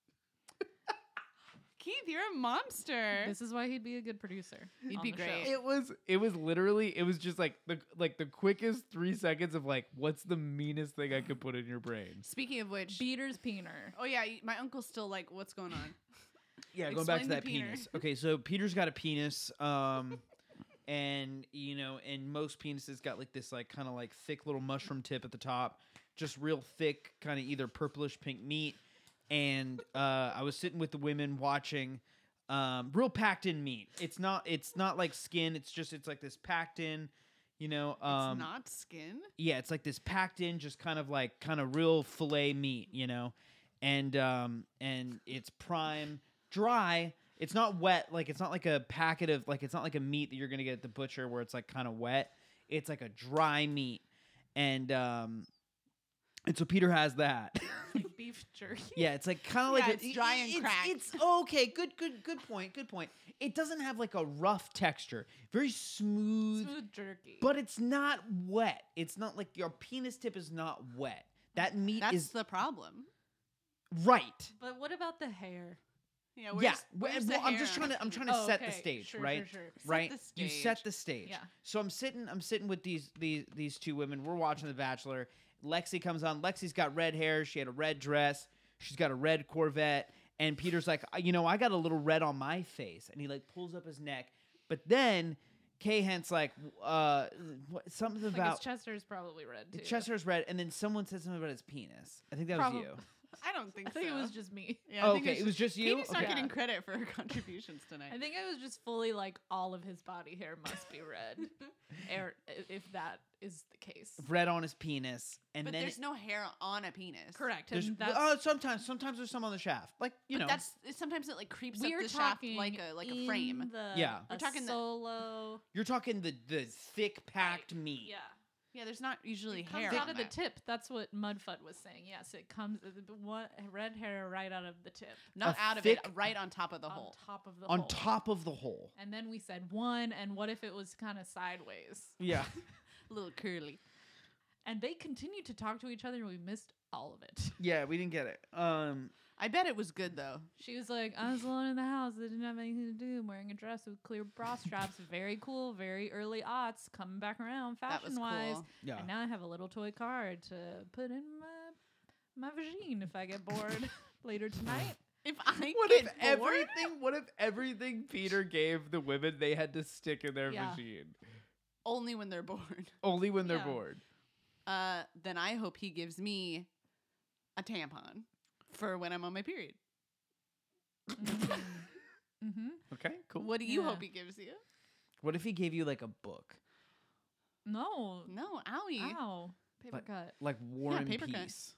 S5: *laughs* Keith, you're a monster.
S4: this is why he'd be a good producer.
S5: He'd
S4: on
S5: be
S4: the show.
S5: great.
S3: It was it was literally it was just like the like the quickest three seconds of like what's the meanest thing I could put in your brain.
S5: Speaking of which,
S4: Beater's *laughs* peener.
S5: oh yeah, y- my uncle's still like, what's going on?
S3: Yeah, going back to
S5: Explain the
S3: that
S5: peener.
S3: penis. Okay, so Peter's got a penis, um, *laughs* and you know, and most penises got like this like kind of like thick little mushroom tip at the top, just real thick, kind of either purplish pink meat. And uh, I was sitting with the women watching um, real packed in meat. It's not it's not like skin. It's just it's like this packed in, you know. Um,
S5: it's not skin.
S3: yeah, it's like this packed in, just kind of like kind of real fillet meat, you know, and um and it's prime dry. It's not wet, like it's not like a packet of like it's not like a meat that you're gonna get at the butcher where it's like kind of wet. It's like a dry meat, and um, and so Peter has that. *laughs*
S4: like beef jerky.
S3: Yeah, it's like kind of like
S5: Yeah,
S3: a-
S5: it's dry and
S3: it's-
S5: cracked.
S3: It's okay. Good, good, good point. Good point. It doesn't have like a rough texture. Very smooth,
S4: Smooth jerky.
S3: but it's not wet. It's not like your penis tip is not wet. That meat
S5: That's
S3: is
S5: the problem.
S3: right.
S4: but what about the hair?
S5: Yeah, where's,
S3: yeah,
S5: where's
S3: well,
S5: the
S3: I'm just
S5: hair?
S3: trying to. I'm trying to
S4: Oh,
S3: set the
S4: okay,
S3: stage,
S4: sure, sure,
S3: right?
S4: sure. Set
S5: the
S3: Right. You set
S5: stage.
S3: the stage.
S4: Yeah.
S3: So I'm sitting. I'm sitting with these these these two women. We're watching The Bachelor. Lexi comes on. Lexi's got red hair. She had a red dress. She's got a red Corvette. And Peter's like, "I- you know, I got a little red on my face, and he like pulls up his neck. But then Kay Hent's like, uh, what, something
S4: Like
S3: about
S4: his Chester's probably red
S3: The
S4: too.
S3: Chester's red, and then someone said something about his penis. I think that
S4: Probab-
S3: was you.
S5: I don't think
S4: I think
S5: so.
S4: it was just me.
S5: Yeah, I
S3: Oh,
S5: think
S3: okay, it was just you.
S5: Katie's not
S3: Okay.
S5: getting credit for her *laughs* contributions tonight.
S4: I think I was just fully like all of his body hair must be red,
S3: *laughs*
S4: Air, i- if that is the case.
S3: Red on his penis, and
S5: but
S3: then
S5: there's no hair on a penis.
S4: Correct.
S3: there's-
S4: And that's
S3: oh, sometimes sometimes there's some on the shaft, like you
S5: but
S3: know.
S5: that's sometimes it like creeps
S4: we
S5: up
S4: are
S5: the shaft
S4: talking
S5: like a like a
S4: in
S5: frame.
S4: The,
S3: Yeah.
S4: we're
S5: We're
S4: talking
S5: talking the-
S4: solo.
S3: You're talking the the thick packed meat.
S4: Yeah,
S5: Yeah, there's not usually
S4: it comes
S5: hair
S4: out
S5: on
S4: of the
S5: that.
S4: tip. That's what Mudfud was saying. Yes, it comes what red hair right out of the tip,
S5: Not
S3: A
S5: out of
S3: thick-
S5: it, uh, right on top of the
S4: on
S5: hole.
S4: top of the
S3: On
S4: hole.
S3: top of the hole.
S4: And then we said one, and what if it was kind of sideways?
S3: Yeah.
S5: A little curly.
S4: And they continued to talk to each other. and We missed all of it. *laughs*
S3: yeah, we didn't get it. Um
S5: I bet it was good though.
S4: She was like, I was alone in the house. I didn't have anything to do. I'm wearing a dress with clear bra straps. Very cool. Very early aughts. Coming back around
S5: That was
S4: fashion wise.
S5: cool.
S3: yeah.
S4: And now I have a little toy car to put in my my vagine if I get bored *laughs* later tonight. *laughs*
S5: If I
S3: What if
S5: get bored,
S3: everything what if everything Peter gave the women they had to stick in their
S4: Yeah.
S3: machine?
S5: only when they're bored, *laughs*
S3: Only when they're
S4: Yeah.
S3: bored.
S5: uh, then I hope he gives me a tampon for when I'm on my period.
S4: Mm-hmm.
S3: Okay, cool.
S5: What do you
S4: Yeah.
S5: hope he gives you?
S3: What if he gave you like a book?
S4: No.
S5: No, owie.
S4: Ow. Paper
S3: But-
S4: cut.
S3: Like War and
S5: paper cut.
S3: Peace.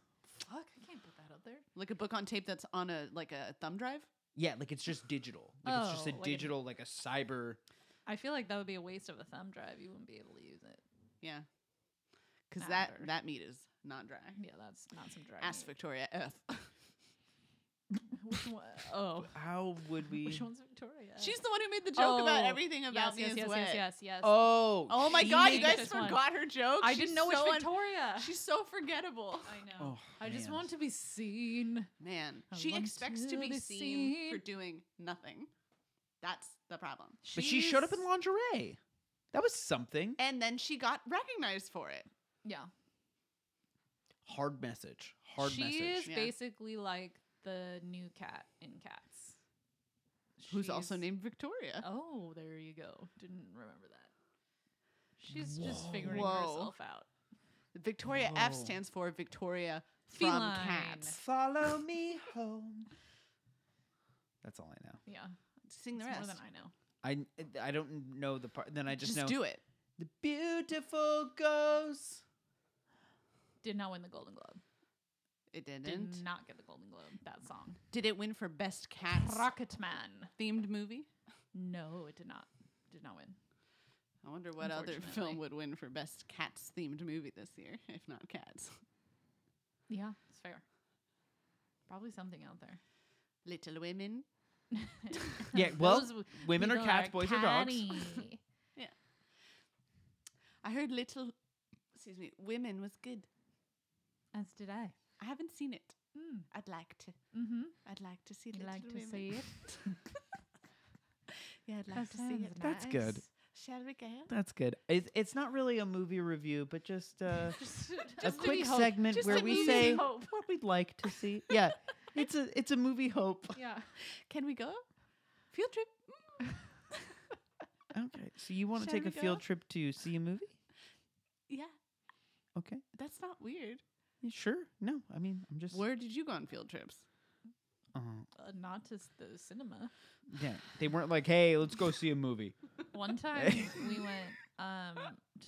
S4: Fuck. I can't put that up there.
S5: Like a book on tape that's on a like a thumb drive.
S3: Yeah, like it's just digital. Like it's just
S4: Oh,
S3: a
S4: like a-
S3: digital, like a cyber.
S4: I feel like that would be a waste of a thumb drive. You wouldn't be able to use it.
S5: Yeah, because
S4: Ah,
S5: that
S4: whatever.
S5: that meat is not dry.
S4: Yeah, that's not some dry.
S5: Ask
S4: meat.
S5: Victoria F.
S4: *laughs*
S5: *laughs*
S4: Which one?
S3: *laughs*
S4: Oh.
S3: How would we?
S4: Which one's Victoria?
S5: She's the one who made the joke about
S4: Oh,
S5: everything about me
S4: yes,
S5: is
S4: yes,
S5: wet.
S4: yes, yes, yes.
S3: Oh,
S5: Oh my
S3: she
S5: god,
S4: made
S5: you
S3: made
S5: guys
S4: this one.
S5: forgot her joke.
S4: I
S5: She's
S4: didn't
S5: so
S4: know it's
S5: un-
S4: Victoria.
S5: *laughs* She's so forgettable.
S4: I know.
S3: Oh,
S4: I just
S3: man.
S4: want to be seen.
S5: Man,
S4: I
S5: she
S4: want
S5: expects
S4: to
S5: to be
S4: be
S5: seen, for
S4: seen.
S5: doing nothing. That's the problem.
S3: But she showed up in
S4: She's-
S3: lingerie. That was something.
S5: And then she got recognized for it.
S4: Yeah.
S3: Hard message. Hard
S4: she is
S3: message.
S5: Yeah.
S4: basically like the new cat in Cats.
S5: Who's also
S4: She's-
S5: named Victoria.
S4: Oh, there you go. Didn't remember that. She's just
S3: Whoa.
S4: figuring
S5: Whoa.
S4: herself out.
S5: Victoria F
S3: Whoa.
S5: stands for Victoria
S4: Feline.
S5: from Cats.
S3: Follow me home. That's all I know.
S4: Yeah.
S5: Sing the
S4: it's
S5: rest.
S4: More than I know.
S3: I I don't know the part. Then I just,
S5: just
S3: know
S5: do it.
S3: the beautiful ghost.
S4: Did not win the Golden Globe.
S5: It didn't.
S4: Did not get the Golden Globe. That song.
S5: Did it win for best cats
S4: Rocketman.
S5: themed movie?
S4: No, it did not. Did not win.
S5: I wonder what other
S4: Unfortunately.
S5: film would win for best cats themed movie this year, *laughs* if not cats.
S4: Yeah, it's fair. Probably something out there.
S5: Little Women.
S3: Yeah,
S4: *laughs*
S3: well,
S4: Those w-
S3: women are
S4: people
S3: cats, boys are dogs.
S4: catty.
S5: I heard Little, excuse me, Women was good.
S4: As did I.
S5: I haven't seen it.
S4: Mm.
S5: I'd like to.
S4: Mm-hmm.
S5: I'd like to see
S4: You'd
S5: Little
S4: like to
S5: Women.
S4: see it?
S5: yeah, I'd like
S4: That
S5: to see
S4: sounds
S5: it.
S3: That's good.
S4: nice.
S5: Shall we go?
S3: That's good. It's it's not really a movie review, but just uh,
S4: *laughs* Just-
S3: a
S4: just to be
S3: quick
S4: hope-
S3: segment
S4: just
S3: where
S4: to
S3: we
S4: be
S3: say
S4: hope.
S3: what we'd like to see. Yeah, it's a it's a movie hope.
S4: Yeah.
S5: Can we go? Field trip. Mm.
S3: Okay, so you want to
S5: Shall
S3: take
S5: we
S3: a field
S5: go?
S3: trip to see a movie?
S5: yeah,
S3: Okay,
S5: that's not weird.
S3: Yeah, sure. No, I mean I'm just
S5: Where did you go on field trips?
S3: Uh-huh.
S4: uh, not to s- the cinema.
S3: Yeah, they weren't like, "Hey, let's go see a movie."
S4: *laughs* One time we went um,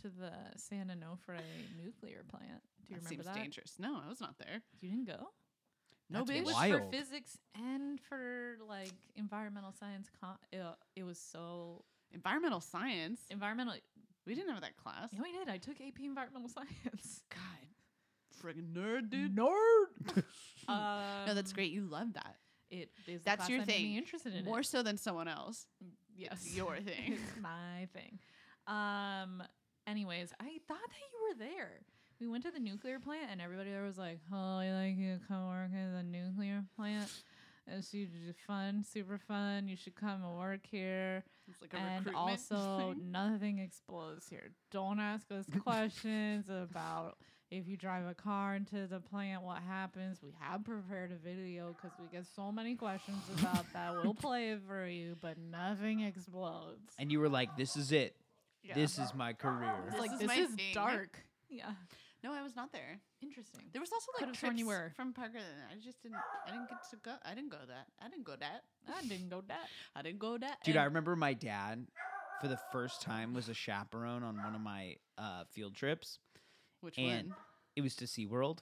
S4: to the San Onofre nuclear plant. Do
S5: that
S4: you remember
S5: seems
S4: that?
S5: dangerous. No, I was not there.
S4: You didn't go.
S5: No,
S3: That's
S5: bitch.
S4: It was for
S3: Wild.
S4: physics and for like environmental science. Con- uh, it was so
S5: Environmental science.
S4: environmental.
S5: We didn't have that class.
S4: Yeah, we did. I took AP environmental *laughs* science.
S5: God, friggin' nerd, dude.
S4: Nerd.
S5: *laughs* no, that's great. You love that
S4: Um, It is. the
S5: That's
S4: class
S5: your
S4: that made me
S5: thing.
S4: Interested in
S5: more
S4: it.
S5: so than someone else.
S4: Yes,
S5: your thing.
S4: *laughs* it's my thing. Um. Anyways, I thought that you were there. We went to the nuclear plant, and everybody there was like, "Oh, you like you come work at the nuclear plant? It's su- fun, super fun. You should come and work here."
S5: It's like a
S4: and
S5: recruitment
S4: also
S5: *laughs* thing.
S4: nothing explodes here. Don't
S5: *laughs*
S4: ask us questions about if you drive a car into the plant, what happens. We have prepared a video because we get so many questions about that.
S5: *laughs*
S4: We'll play it for you, but nothing explodes.
S3: And you were like, "This is it.
S5: Yeah.
S3: This is my career."
S5: It's
S4: It's
S5: like,
S4: like
S5: this
S4: this
S5: my
S4: is
S5: thing.
S4: dark. Yeah,
S5: No, I was not there.
S4: interesting.
S5: There was also like
S4: Could've sworn you
S5: trips
S4: were.
S5: from Parker. and I just didn't. I didn't get to go. I didn't go that. I didn't go that.
S4: I didn't go *laughs* that.
S5: I didn't go that.
S3: Dude, I
S5: and-
S3: remember my dad for the first time was a chaperone on one of my uh, field trips.
S5: which
S3: and-
S5: one?
S3: It was to SeaWorld.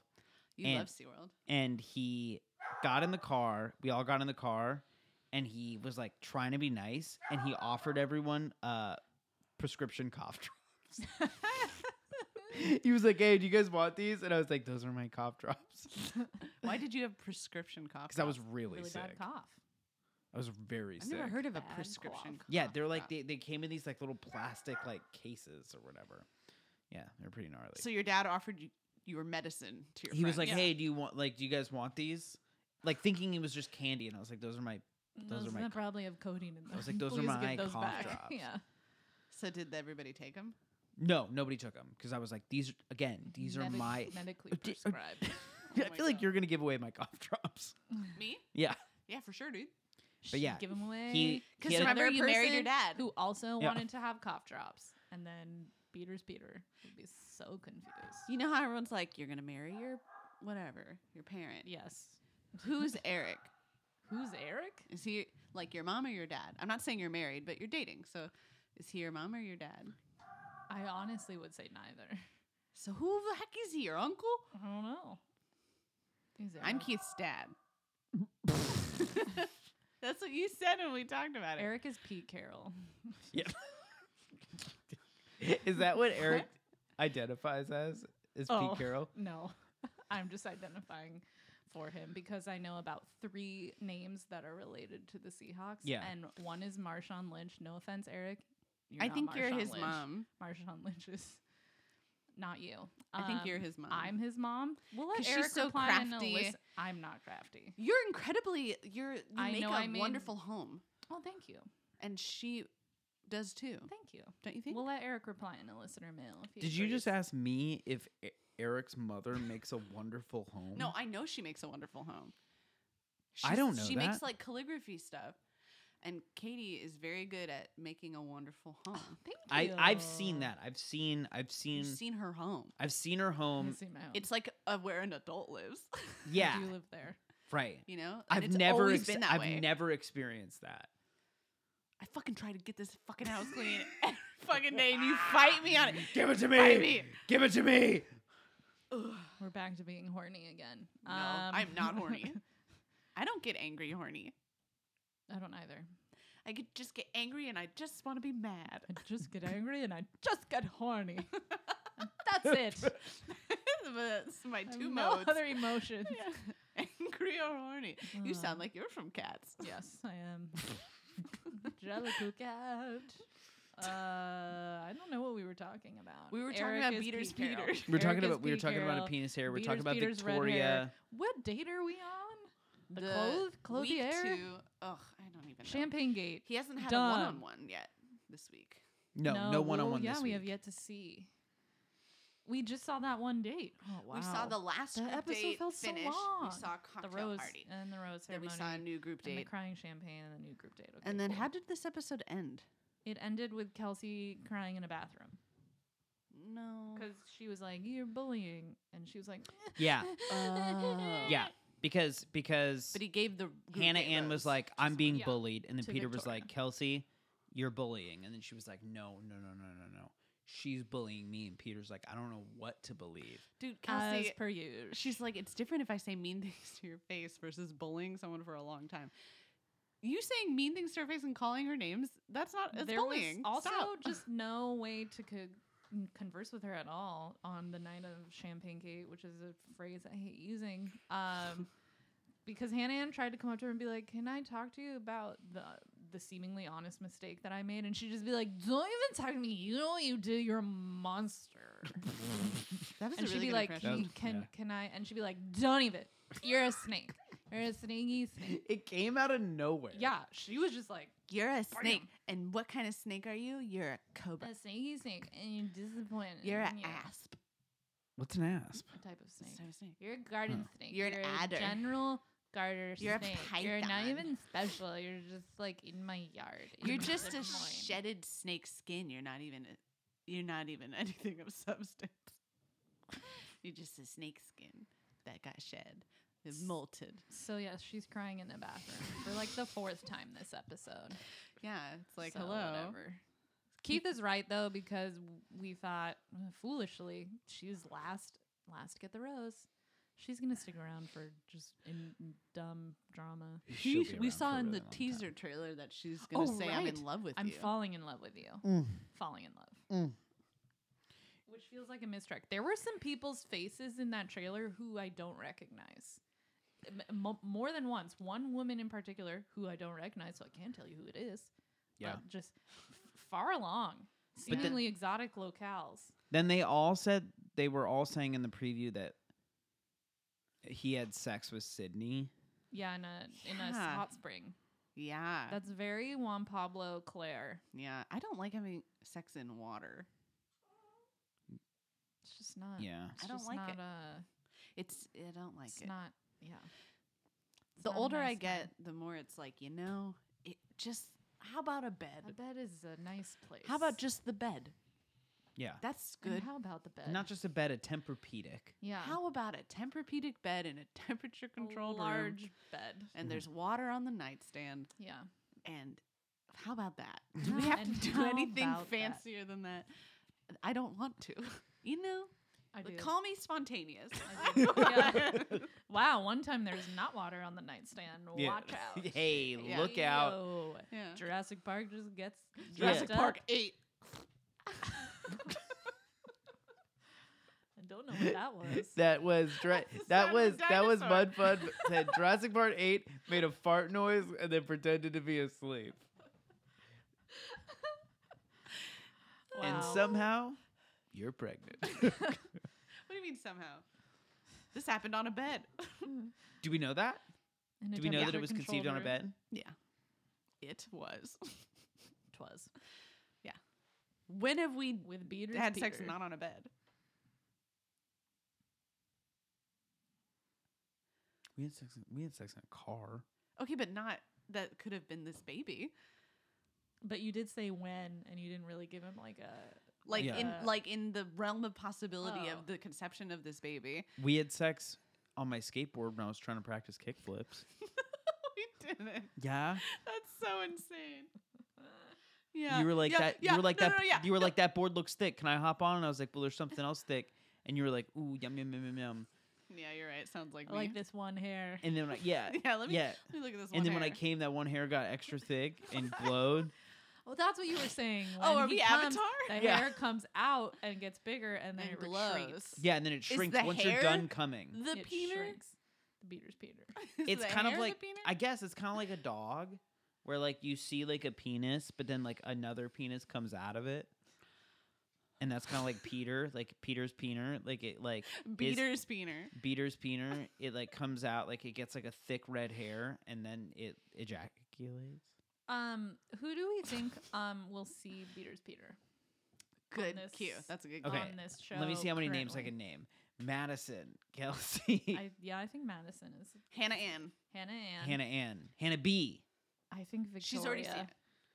S5: You
S3: and-
S5: love SeaWorld.
S3: and he got in the car. We all got in the car, and he was like trying to be nice, and he offered everyone uh, prescription cough drops. *laughs* he was like, "Hey, do you guys want these?" And I was like, "Those are my cough drops," *laughs*
S5: Why did you have prescription cough?
S3: because I was
S5: drops?
S3: really,
S4: Really
S3: sick.
S4: bad cough.
S3: I was very
S5: I've
S3: sick.
S5: never heard of a
S4: Bad
S5: prescription.
S4: cough.
S3: yeah,
S5: cough
S3: they're like
S5: drop.
S3: they, they came in these like little plastic like cases or whatever. Yeah, they're pretty gnarly.
S5: So your dad offered you your medicine to your.
S3: he was
S5: friend.
S3: like, "Hey, do you want like do you guys want these?" Like thinking it was just candy, and I was like, "Those are my Those
S4: Those,
S3: are my
S4: that
S3: co-
S4: probably have codeine in them.
S3: I was like, those are
S4: Please
S3: my
S4: get those
S3: cough
S4: back.
S3: drops.
S4: *laughs* Yeah.
S5: So did everybody take them?
S3: No, nobody took them because I was like, these again, these are
S4: Medic-
S3: my.
S4: *laughs* medically
S3: Uh, di- uh, *laughs*
S4: prescribed.
S5: Oh
S3: I
S5: my
S3: feel like
S5: God.
S3: you're gonna give away my *laughs* cough drops.
S5: Me?
S3: Yeah,
S5: Yeah, for sure, dude.
S3: but yeah,
S4: give them away.
S3: he
S5: Because
S3: had a-
S5: remember,
S4: another
S5: you married your
S4: person
S5: dad.
S4: who also
S3: Yeah.
S4: wanted to have cough drops, and then Peter's Peter would be so confused.
S5: You know how everyone's like, you're gonna marry your whatever, your parent.
S4: Yes,
S5: Who's Eric?
S4: who's Eric?
S5: Is he like your mom or your dad? I'm not saying you're married, but you're dating. So is he your mom or your dad?
S4: I honestly would say neither.
S5: So who the heck is he? Your uncle?
S4: I don't know. Who's
S5: I'm
S4: Eric?
S5: Keith's
S4: *laughs*
S5: dad. That's what you said when we talked about it.
S4: Eric is Pete Carroll.
S3: is that what Eric identifies as? Is
S4: Oh.
S3: Pete Carroll?
S4: No, *laughs* I'm just identifying for him because I know about three names that are related to the Seahawks.
S3: Yeah.
S4: and one is Marshawn Lynch. No offense, Eric. You're
S5: I
S4: not
S5: think you're
S4: Marshawn
S5: his
S4: Lynch.
S5: mom.
S4: Marshawn Lynch is not you.
S5: I think you're
S4: Um,
S5: his mom.
S4: I'm his mom. We'll let
S5: 'Cause she's
S4: Eric
S5: so
S4: reply and
S5: crafty.
S4: listen- I'm not crafty.
S5: You're incredibly. You're. You
S4: I
S5: make
S4: know
S5: a
S4: I made-
S5: wonderful home,
S4: Well, Oh, thank you,
S5: and she does too.
S4: thank you.
S5: Don't you think?
S4: We'll let Eric reply in a listener mail. If he
S3: Did you just
S4: agrees.
S3: ask me if E- Eric's mother makes a wonderful home?
S5: no, I know she makes a wonderful home.
S3: I
S5: She's-
S3: don't know
S5: She makes
S3: that.
S5: like calligraphy stuff, and Katie is very good at making a wonderful home.
S4: Thank you.
S3: I I've seen that. I've seen I've seen
S5: You've seen her home.
S3: I've seen her home.
S4: I've seen my
S3: um,
S4: own.
S5: It's like uh where an adult lives. *laughs*
S3: Yeah,
S4: You live there.
S3: right.
S5: you know.
S3: I've
S5: And it's
S3: never
S5: always
S3: ex-
S5: been that
S3: I've
S5: way.
S3: never experienced that.
S5: I fucking try to get this fucking house clean *laughs* every fucking day,
S3: *laughs*
S5: and you fight me on it.
S3: Give it to me.
S5: Fight me.
S3: Give it to me.
S5: Ugh.
S4: We're back to being horny again. Um,
S5: No,
S3: Um,
S5: I'm
S3: *laughs*
S5: not
S4: *laughs*
S5: horny. I don't get angry, horny.
S4: I don't either.
S5: I could just get angry, and I just want to be mad. *laughs*
S4: I just get angry and I just get
S3: *laughs*
S4: horny. And That's it.
S5: That's my
S4: I have
S5: two
S4: no
S5: modes.
S4: other emotions.
S5: *laughs* angry or horny. You
S4: Uh,
S5: sound like you're from Cats.
S4: Yes, I
S5: *laughs*
S4: am. Jellicoe cat. Uh, I don't know what we were talking about.
S5: We were talking about Beater's
S4: Peter.
S5: Peter.
S3: We're talking about we were talking about a penis hair. We're
S4: Peter's
S3: talking about
S4: Peter's red hair.
S3: Victoria.
S4: What date are we on? The, clothes,
S5: week
S4: clothier,
S5: two. Ugh, I don't even. Know.
S4: champagne gate.
S5: He hasn't had
S4: Duh.
S5: a one-on-one yet this week.
S3: No, no one on
S4: well,
S3: one.
S4: Yeah,
S3: this
S4: we
S3: week.
S4: have yet to see. We just saw that one date. Oh wow!
S5: We saw the last
S4: That
S5: group
S4: episode
S5: date
S4: felt so
S5: finish.
S4: long.
S5: We saw a
S4: the
S5: cocktail
S4: rose
S5: party.
S4: and the rose
S5: Then we
S4: ceremony.
S5: saw a new group
S4: and the
S5: date.
S4: crying champagne and the new group date. Okay,
S5: And then
S4: cool.
S5: how did this episode end?
S4: it ended with Kelsey crying in a bathroom.
S5: No.
S4: *laughs*
S5: *laughs*
S4: because she was like, "You're bullying," and she was like,
S3: Yeah,
S4: "Uh,
S5: Oh.
S3: yeah. because because
S5: But he gave the group
S3: Hannah
S5: Ann
S3: Ann was like, "I'm being
S4: yeah,
S3: bullied," and then
S4: to
S3: Peter was
S4: Victoria.
S3: like, "Kelsey, you're bullying," and then she was like, "No, no, no, no, no, no." She's bullying me, and Peter's like, "I don't know what to believe." *laughs*
S5: dude,
S4: As
S5: Kelsey. *laughs*
S4: per usual.
S5: she's like, it's different if I say mean *laughs* things to your face versus bullying someone for a long time. You saying mean things to her face and calling her names, that's not it's
S4: there
S5: bullying.
S4: was also
S5: Stop.
S4: just no way to co- n- converse with her at all on the night of champagne gate which is a phrase i hate using um *laughs* because hannah Ann tried to come up to her and be like can i talk to you about the the seemingly honest mistake that i made and she'd just be like don't even talk to me you know what you do you're a monster
S5: *laughs* that was
S4: and
S5: a
S4: she'd
S5: really
S4: be
S5: good
S4: like
S5: impression.
S3: That was-
S4: can
S3: yeah.
S4: can i and she'd be like don't even you're a snake you're a snaky
S3: *laughs*
S4: snake
S3: It came out of nowhere.
S4: yeah she was just like
S5: You're a snake. And what kind of snake are you? You're a cobra.
S4: a snaky snake and you're disappointed
S5: You're an
S4: Yeah.
S5: asp.
S3: What's an asp?
S4: a type of snake.
S5: So a snake. Hmm.
S4: You're a garden snake.
S5: You're an
S4: a
S5: adder.
S4: general garter
S5: You're a
S4: snake. You're not
S5: python.
S4: even special. You're just like in my yard. in
S5: You're
S4: my
S5: just a
S4: Des Moines.
S5: shedded snake skin. You're not even you're not even *laughs* anything of substance. *laughs* You're just a snake skin that got shed. It molted.
S4: So yes, she's crying in the bathroom for like the fourth time this episode.
S5: Yeah, it's like
S4: So,
S5: hello.
S4: whatever. Keith is right though because we thought uh, foolishly she's last last to get the rose. She's gonna stick around for just in dumb drama.
S5: She- we saw in the teaser trailer that she's gonna
S4: Oh,
S5: say I'm
S4: right.
S5: in love with
S4: I'm
S5: you.
S4: falling in love with you. Falling in love.
S3: Mm.
S4: Which feels like a misdirect. There were some people's faces in that trailer who I don't recognize. M- mo- more than once, one woman in particular who I don't recognize, so I can't tell you who it is.
S3: Yeah.
S4: but just f- far along,
S3: then-
S4: seemingly exotic locales.
S3: Then they all said they were all saying in the preview that he had sex with Sydney.
S4: Yeah, in a in a
S5: Yeah.
S4: hot spring.
S5: yeah,
S4: That's very Juan Pablo Claire.
S5: yeah. I don't like having sex in water.
S4: It's just not.
S3: Yeah.
S4: it's
S5: I don't
S4: just
S5: like
S4: not
S5: it.
S4: A,
S5: It's I don't like
S4: it's
S5: it.
S4: not. Yeah. It's
S5: the
S4: not a
S5: older I
S4: nice
S5: get,
S4: vibe.
S5: the more it's like you know. It just how about a
S4: A
S5: bed?
S4: bed is a nice place.
S5: How about just the bed?
S3: Yeah.
S5: That's
S4: And
S5: good.
S4: how about the bed?
S3: Not just a bed, a Tempur-Pedic.
S4: yeah.
S5: How about a Tempur-Pedic bed in a *laughs* temperature-controlled
S4: large
S5: room,
S4: bed.
S5: and there's water on the nightstand?
S4: Yeah.
S5: And how about
S4: *laughs*
S5: that? Do we
S4: How-
S5: have to
S4: and
S5: do
S4: how
S5: anything
S4: about that?
S5: fancier than that? I don't want to. *laughs* You know,
S4: I do.
S5: call me
S4: *laughs*
S5: spontaneous. *laughs*
S4: I do. Yeah. wow. One time there was not water on the nightstand.
S3: Yeah.
S4: Watch out.
S3: *laughs* hey,
S5: Yeah.
S3: look out.
S4: Yo.
S5: *laughs* Yeah.
S4: Jurassic Park just gets
S5: Jurassic
S4: jacked
S5: Park
S4: up.
S5: Eight.
S4: I don't know what
S3: *laughs*
S4: that was.
S3: That
S5: *laughs*
S3: was dra- that
S5: sound of
S3: was
S5: a
S3: that was
S5: dinosaur.
S3: Mud
S5: *laughs*
S3: Fun said Jurassic Park Eight made a fart noise and then pretended to be asleep, and
S4: Wow.
S3: somehow you're *laughs* pregnant. Do
S5: What do you mean somehow? This happened on a bed. *laughs*
S3: we know that?
S4: In a
S3: Do we know that it
S4: temperature
S3: was conceived on a
S4: controlled
S3: bed?
S5: Yeah, it was. *laughs*
S4: room. Twas.
S5: When have we
S4: With beaters.
S5: had sex
S4: Peter.
S5: not on a bed?
S3: We had sex. In, we had sex in a car.
S5: Okay, but not that could have been this baby.
S4: But you did say when, and you didn't really give him like a.
S5: Like
S3: Yeah.
S5: in like in the realm of possibility
S4: Oh.
S5: of the conception of this baby. *laughs*
S3: We had sex on my skateboard when I was trying to practice kickflips.
S5: we didn't.
S3: Yeah,
S5: That's so insane. Yeah.
S3: you were like
S5: yeah,
S3: that.
S5: yeah,
S3: You were like
S5: no,
S3: that.
S5: no, yeah,
S3: you were
S5: yeah.
S3: like that board looks thick. Can I hop on? And I was like, well, there's something else thick. And you were like, ooh, yum yum yum yum yum.
S5: Yeah, you're right. Sounds like
S4: I
S5: me.
S4: like this one hair.
S3: And then like, yeah,
S5: *laughs* Yeah, let me,
S3: yeah.
S5: let me look at this.
S3: And
S5: one
S3: then when I
S5: hair.
S3: came, that one hair got extra thick and glowed.
S4: Well, that's what you were saying.
S5: Oh,
S4: when
S5: are
S4: he
S5: we
S4: comes,
S5: Avatar?
S4: The
S3: Yeah.
S4: hair comes out and gets bigger, and then
S5: And
S4: it retreats.
S5: glows.
S3: Yeah, and then it shrinks
S5: the
S3: once
S5: hair
S3: you're done coming.
S5: The
S4: It
S5: peter.
S4: shrinks. The beater's Peter.
S5: Is
S3: It's
S5: the
S3: kind of
S5: hair the
S3: like
S5: peter?
S3: I guess it's kind of like a dog, where like you see like a penis, but then like another penis comes out of it, and that's kind of like Peter,
S4: *laughs*
S3: like Peter's peener, like it like
S5: Beater's peener.
S3: Peter's peener. It like comes out like it gets like a thick red hair, and then it ejaculates.
S4: Um, who do we think um will see beater's Peter
S5: Good
S4: this-
S5: cue. That's a good
S3: Okay,
S4: on this show?
S3: Let me see how many names I
S4: currently?
S3: can name.
S4: *laughs*
S3: Madison, Kelsey,
S4: I, yeah, I think Madison is
S5: cue. Hannah Ann.
S4: Hannah
S3: *laughs*
S4: Ann.
S3: Hannah Ann, Hannah B.
S4: I think Victoria.
S5: She's already seen it.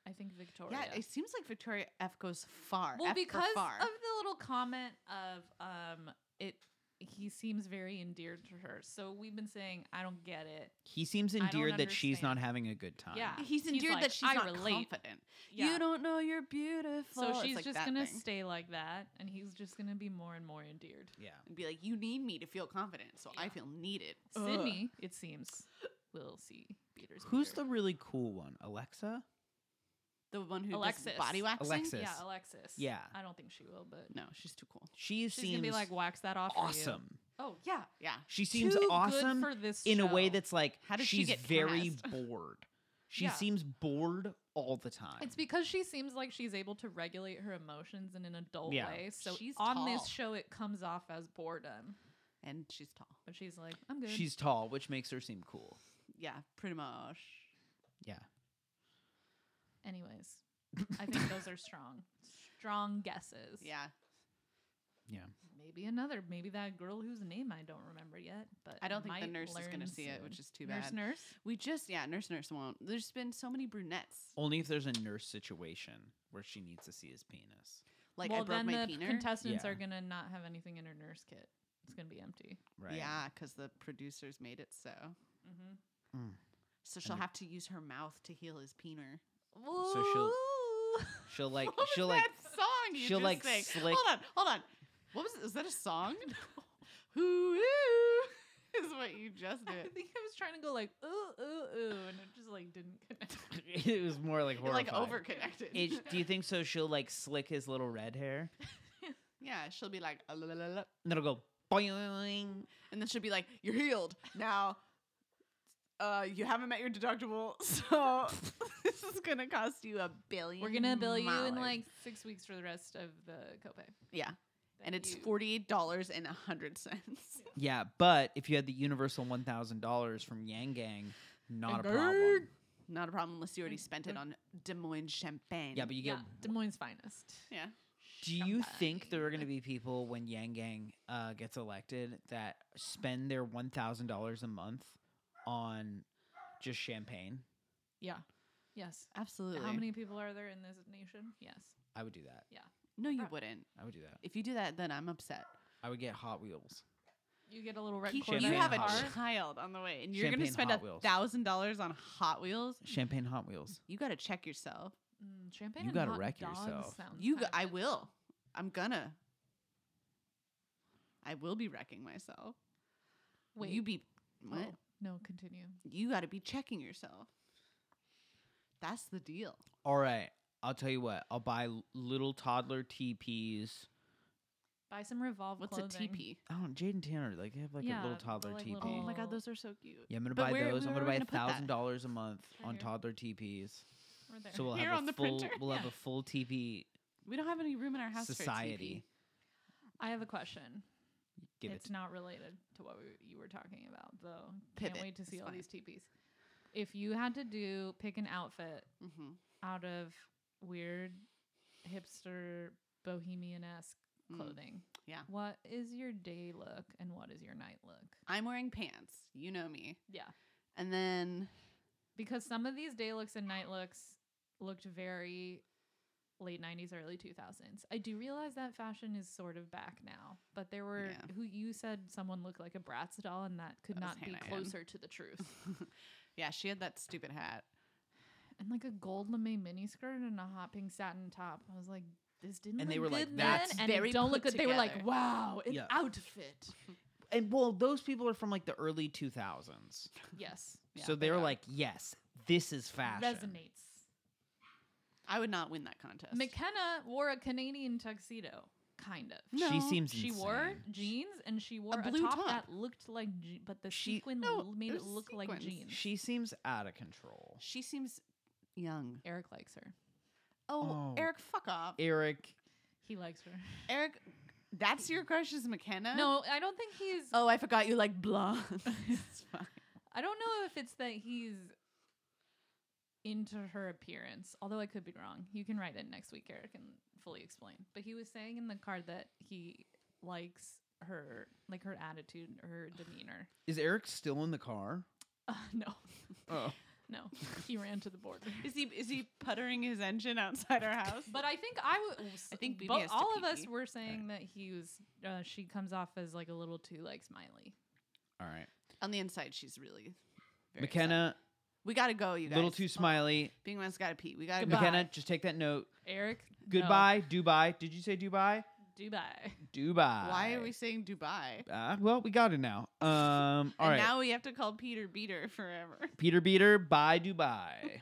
S4: I think Victoria.
S5: Yeah, it seems like Victoria F goes far.
S4: well,
S5: F for
S4: because
S5: far.
S4: of the little comment of um, it he seems very endeared to her. So we've been saying, I don't get it.
S3: He seems
S4: don't
S3: endeared that she's not
S4: understand.
S3: having a good time.
S4: Yeah.
S5: He's
S4: He's
S5: endeared
S4: like,
S5: that she's
S4: "I
S5: not
S4: relate."
S5: confident.
S4: Yeah.
S5: You don't know you're beautiful.
S4: so
S5: It's
S4: she's
S5: like
S4: just
S5: that
S4: gonna
S5: thing.
S4: stay like that, and he's just gonna be more and more endeared.
S3: Yeah.
S5: and be like, "You need me to feel confident, so I
S4: Yeah.
S5: feel needed."
S4: Sydney, it seems, will see Peter's.
S3: Who's the
S4: Peter.
S3: really cool one? Alexa?
S5: the one who
S4: Alexis.
S5: does body waxing.
S3: Alexis.
S4: Yeah, Alexis.
S3: Yeah.
S4: I don't think she will, but
S5: No, she's too cool.
S3: She
S4: she's
S3: seems
S4: gonna be like, wax that off. for you."
S3: awesome.
S4: Oh yeah.
S5: Yeah,
S3: She seems
S4: Too good
S3: awesome
S4: for this
S3: in a way
S4: show.
S3: that's like
S5: How did she
S3: she's
S5: get
S3: very
S4: *laughs*
S5: cast?
S3: bored. She
S4: Yeah.
S3: seems bored all the time.
S4: It's because she seems like she's able to regulate her emotions in an adult
S3: Yeah.
S4: way. So
S5: She's
S4: on this
S5: tall.
S4: show, it comes off as boredom,
S5: and she's tall.
S4: but she's like, "I'm good."
S3: she's tall, which makes her seem cool.
S5: Yeah, pretty much.
S3: Yeah. *laughs*
S4: Anyways, I think those are strong, strong guesses.
S5: Yeah,
S4: Maybe another. Maybe that girl whose name I don't remember yet. But
S5: I don't think the
S4: might
S5: nurse is going
S4: learn
S5: to see it,
S4: soon.
S5: which is too bad.
S4: nurse, nurse.
S5: We just yeah, nurse nurse won't. There's been so many brunettes.
S3: Only if there's a nurse situation where she needs to see his penis.
S5: Like
S4: well,
S5: I broke
S4: then
S5: my
S4: the
S5: penis.
S4: contestants
S3: Yeah.
S4: are gonna not have anything in her nurse kit. It's gonna be empty.
S3: Right.
S5: Yeah, because the producers made it so.
S4: Mm-hmm.
S5: So she'll
S3: it-
S5: have to use her mouth to heal his peener.
S3: So she'll- She'll
S4: *laughs*
S3: like
S5: what was
S3: she'll like
S5: that song you
S3: she'll,
S5: just
S3: like,
S5: sang?
S3: slick-
S5: Hold on, hold on. What was is that
S3: *laughs*
S5: a song? Who is what you just
S4: *laughs*
S3: *laughs*
S4: I
S5: did.
S4: think I was trying to go like ooh ooh ooh, and it just like didn't connect.
S3: *laughs*
S5: *laughs*
S4: *laughs*
S3: it was more like
S5: You're like
S3: horrifying.
S5: overconnected.
S3: It- do you think so? She'll like slick his little red hair,
S5: *laughs* yeah, she'll be like, "Ah, la, la, la, la,"
S3: and it'll go boing.
S5: and then she'll be like, "You're healed now. Uh, you haven't met your deductible, *laughs* so this is gonna cost you a billion.
S4: We're gonna bill you in
S5: dollars."
S4: like six weeks for the rest of the copay.
S5: yeah, and
S4: Thank
S5: it's
S4: you.
S5: forty eight dollars and a hundred cents. *laughs*
S3: Yeah, but if you had the universal one thousand dollars from Yang Gang, not a
S5: Yang
S3: problem.
S5: Gang. Not a problem unless you already
S4: Mm,
S5: spent
S3: *laughs*
S5: it
S4: mm.
S5: on Des Moines champagne.
S3: Yeah, but you
S4: yeah,
S3: get.
S4: Des Moines finest.
S5: yeah,
S3: Do you think
S4: Champagne.
S3: there are going to be people when Yang Gang uh, gets elected that spend their one thousand dollars a month on just champagne?
S4: Yeah. Yes.
S5: absolutely.
S4: How many people are there in this nation? Yes.
S3: I would do that.
S5: No, you
S4: Bruh.
S5: wouldn't.
S3: I would do that.
S5: If you do that, then I'm upset.
S3: I would get Hot Wheels.
S4: You get a little red
S5: Keith,
S4: Corvette
S5: you have a
S4: car.
S3: Hot Wheels.
S5: child on the way, and you're going to
S3: Champagne
S5: spend
S3: Hot
S5: a
S3: Wheels.
S5: thousand dollars on Hot Wheels.
S3: Champagne Hot Wheels.
S5: You got to check yourself.
S4: Mm, champagne.
S3: You
S4: and
S3: gotta
S4: hot
S3: wreck
S4: dogs
S3: yourself.
S4: sounds
S5: You, go-
S4: kinda
S5: I
S4: good.
S5: will. I'm gonna. I will be wrecking myself.
S4: Wait.
S5: You be what?
S4: oh, no, continue.
S5: You got to be checking yourself. That's the deal.
S3: All right, I'll tell you what. I'll buy l- little toddler teepees.
S4: Buy some Revolve
S5: What's
S4: clothing.
S5: a TP?
S3: Oh, Jade and Tanner, like they have like
S4: Yeah,
S3: a little
S4: the,
S3: toddler
S4: like,
S3: TP.
S5: Oh my
S4: Oh.
S5: god, those are so cute.
S3: Yeah, I'm gonna
S5: But
S3: buy
S5: where-
S3: those.
S5: where
S3: I'm gonna
S5: are we
S3: buy
S5: gonna put that?
S3: thousand dollars a month
S4: Right
S3: on
S4: here.
S3: toddler TPs.
S4: Right there.
S3: So we'll
S5: Here
S3: have
S5: on
S3: a
S5: the
S3: full
S5: printer?
S3: we'll have
S4: Yeah.
S3: a full TP
S5: We don't have any room in our house
S3: society.
S4: I have a question.
S3: Give
S4: it's
S3: it.
S4: not related to what we, you were talking about, though.
S5: Pivot.
S4: Can't wait to see
S5: It's
S4: all
S5: fine.
S4: these TPs. If you had to do pick an outfit
S5: for a TP. hmm
S4: out of weird, hipster, bohemian esque
S5: Mm.
S4: clothing,
S5: Yeah.
S4: what is your day look and what is your night look?
S5: I'm wearing pants. You know me.
S4: Yeah,
S5: And then *laughs*
S4: because some of these day looks and night looks looked very late 90s early 2000s i do realize that fashion is sort of back now but there were
S5: Yeah.
S4: who you said someone looked like a bratz doll and that could
S5: That was
S4: not be
S5: Hannah Ann.
S4: closer to the truth
S5: *laughs* yeah, she had that stupid hat.
S4: and like a gold lame miniskirt and a hot pink satin top i was like this didn't
S3: And
S4: look
S3: they were
S4: good
S3: like,
S4: then,
S3: "That's
S4: and it
S5: very
S4: don't
S5: put
S4: look good they were like
S5: together."
S4: wow an
S3: Yeah.
S4: outfit
S3: And well, those people are from like the early 2000s,
S4: yes
S5: Yeah,
S3: so
S5: they
S3: they're
S5: are.
S3: like, yes, this is fashion.
S4: resonates
S5: I would not win that contest.
S4: McKenna wore a Canadian tuxedo, kind of.
S5: No.
S3: She seems
S4: She wore
S3: insane.
S4: jeans and she wore a,
S5: blue
S4: top,
S5: top.
S4: that looked like, je- but the
S3: She-
S4: sequin
S5: No,
S4: l- made
S5: it
S4: it
S5: was
S4: look like
S5: sequins.
S4: jeans.
S3: She seems out of control.
S5: she seems young.
S4: Eric likes her.
S5: Oh,
S3: Oh.
S5: Eric, fuck off.
S3: Eric,
S4: He likes her.
S5: Eric, that's your crush is McKenna?
S4: No, I don't think he's.
S5: Oh, I forgot you like *laughs* blonde. it's fine.
S4: I don't know if it's that he's into her appearance. Although I could be wrong. You can write in next week, Eric, and fully explain. But he was saying in the card that he likes her, like her attitude, her demeanor. *laughs*
S3: is Eric still in the car?
S4: Uh, no.
S3: Oh,
S4: No, he ran to the board.
S5: Is he is he puttering his engine outside our *laughs* house?
S4: But I think I w-
S5: Oh, I think
S4: bo-
S5: BB has to
S4: all of
S5: pee
S4: us
S5: pee.
S4: were saying that he was. Uh, she comes off as like a little too like smiley.
S3: All right,
S5: On the inside, she's really very upset.
S3: McKenna,
S5: We gotta go, you
S3: a
S5: guys.
S3: little too smiley.
S5: Bing Man's gotta pee. We gotta
S4: Goodbye.
S5: go.
S3: McKenna, just take that note.
S4: Eric, no.
S3: Goodbye, Dubai. Did you say Dubai?
S4: Dubai.
S3: Dubai.
S5: Why are we saying Dubai?
S3: Uh, well, we got it now. Um, all
S5: *laughs* and
S3: right,
S5: now we have to call Peter Beater forever.
S3: Peter Beater, bye Dubai.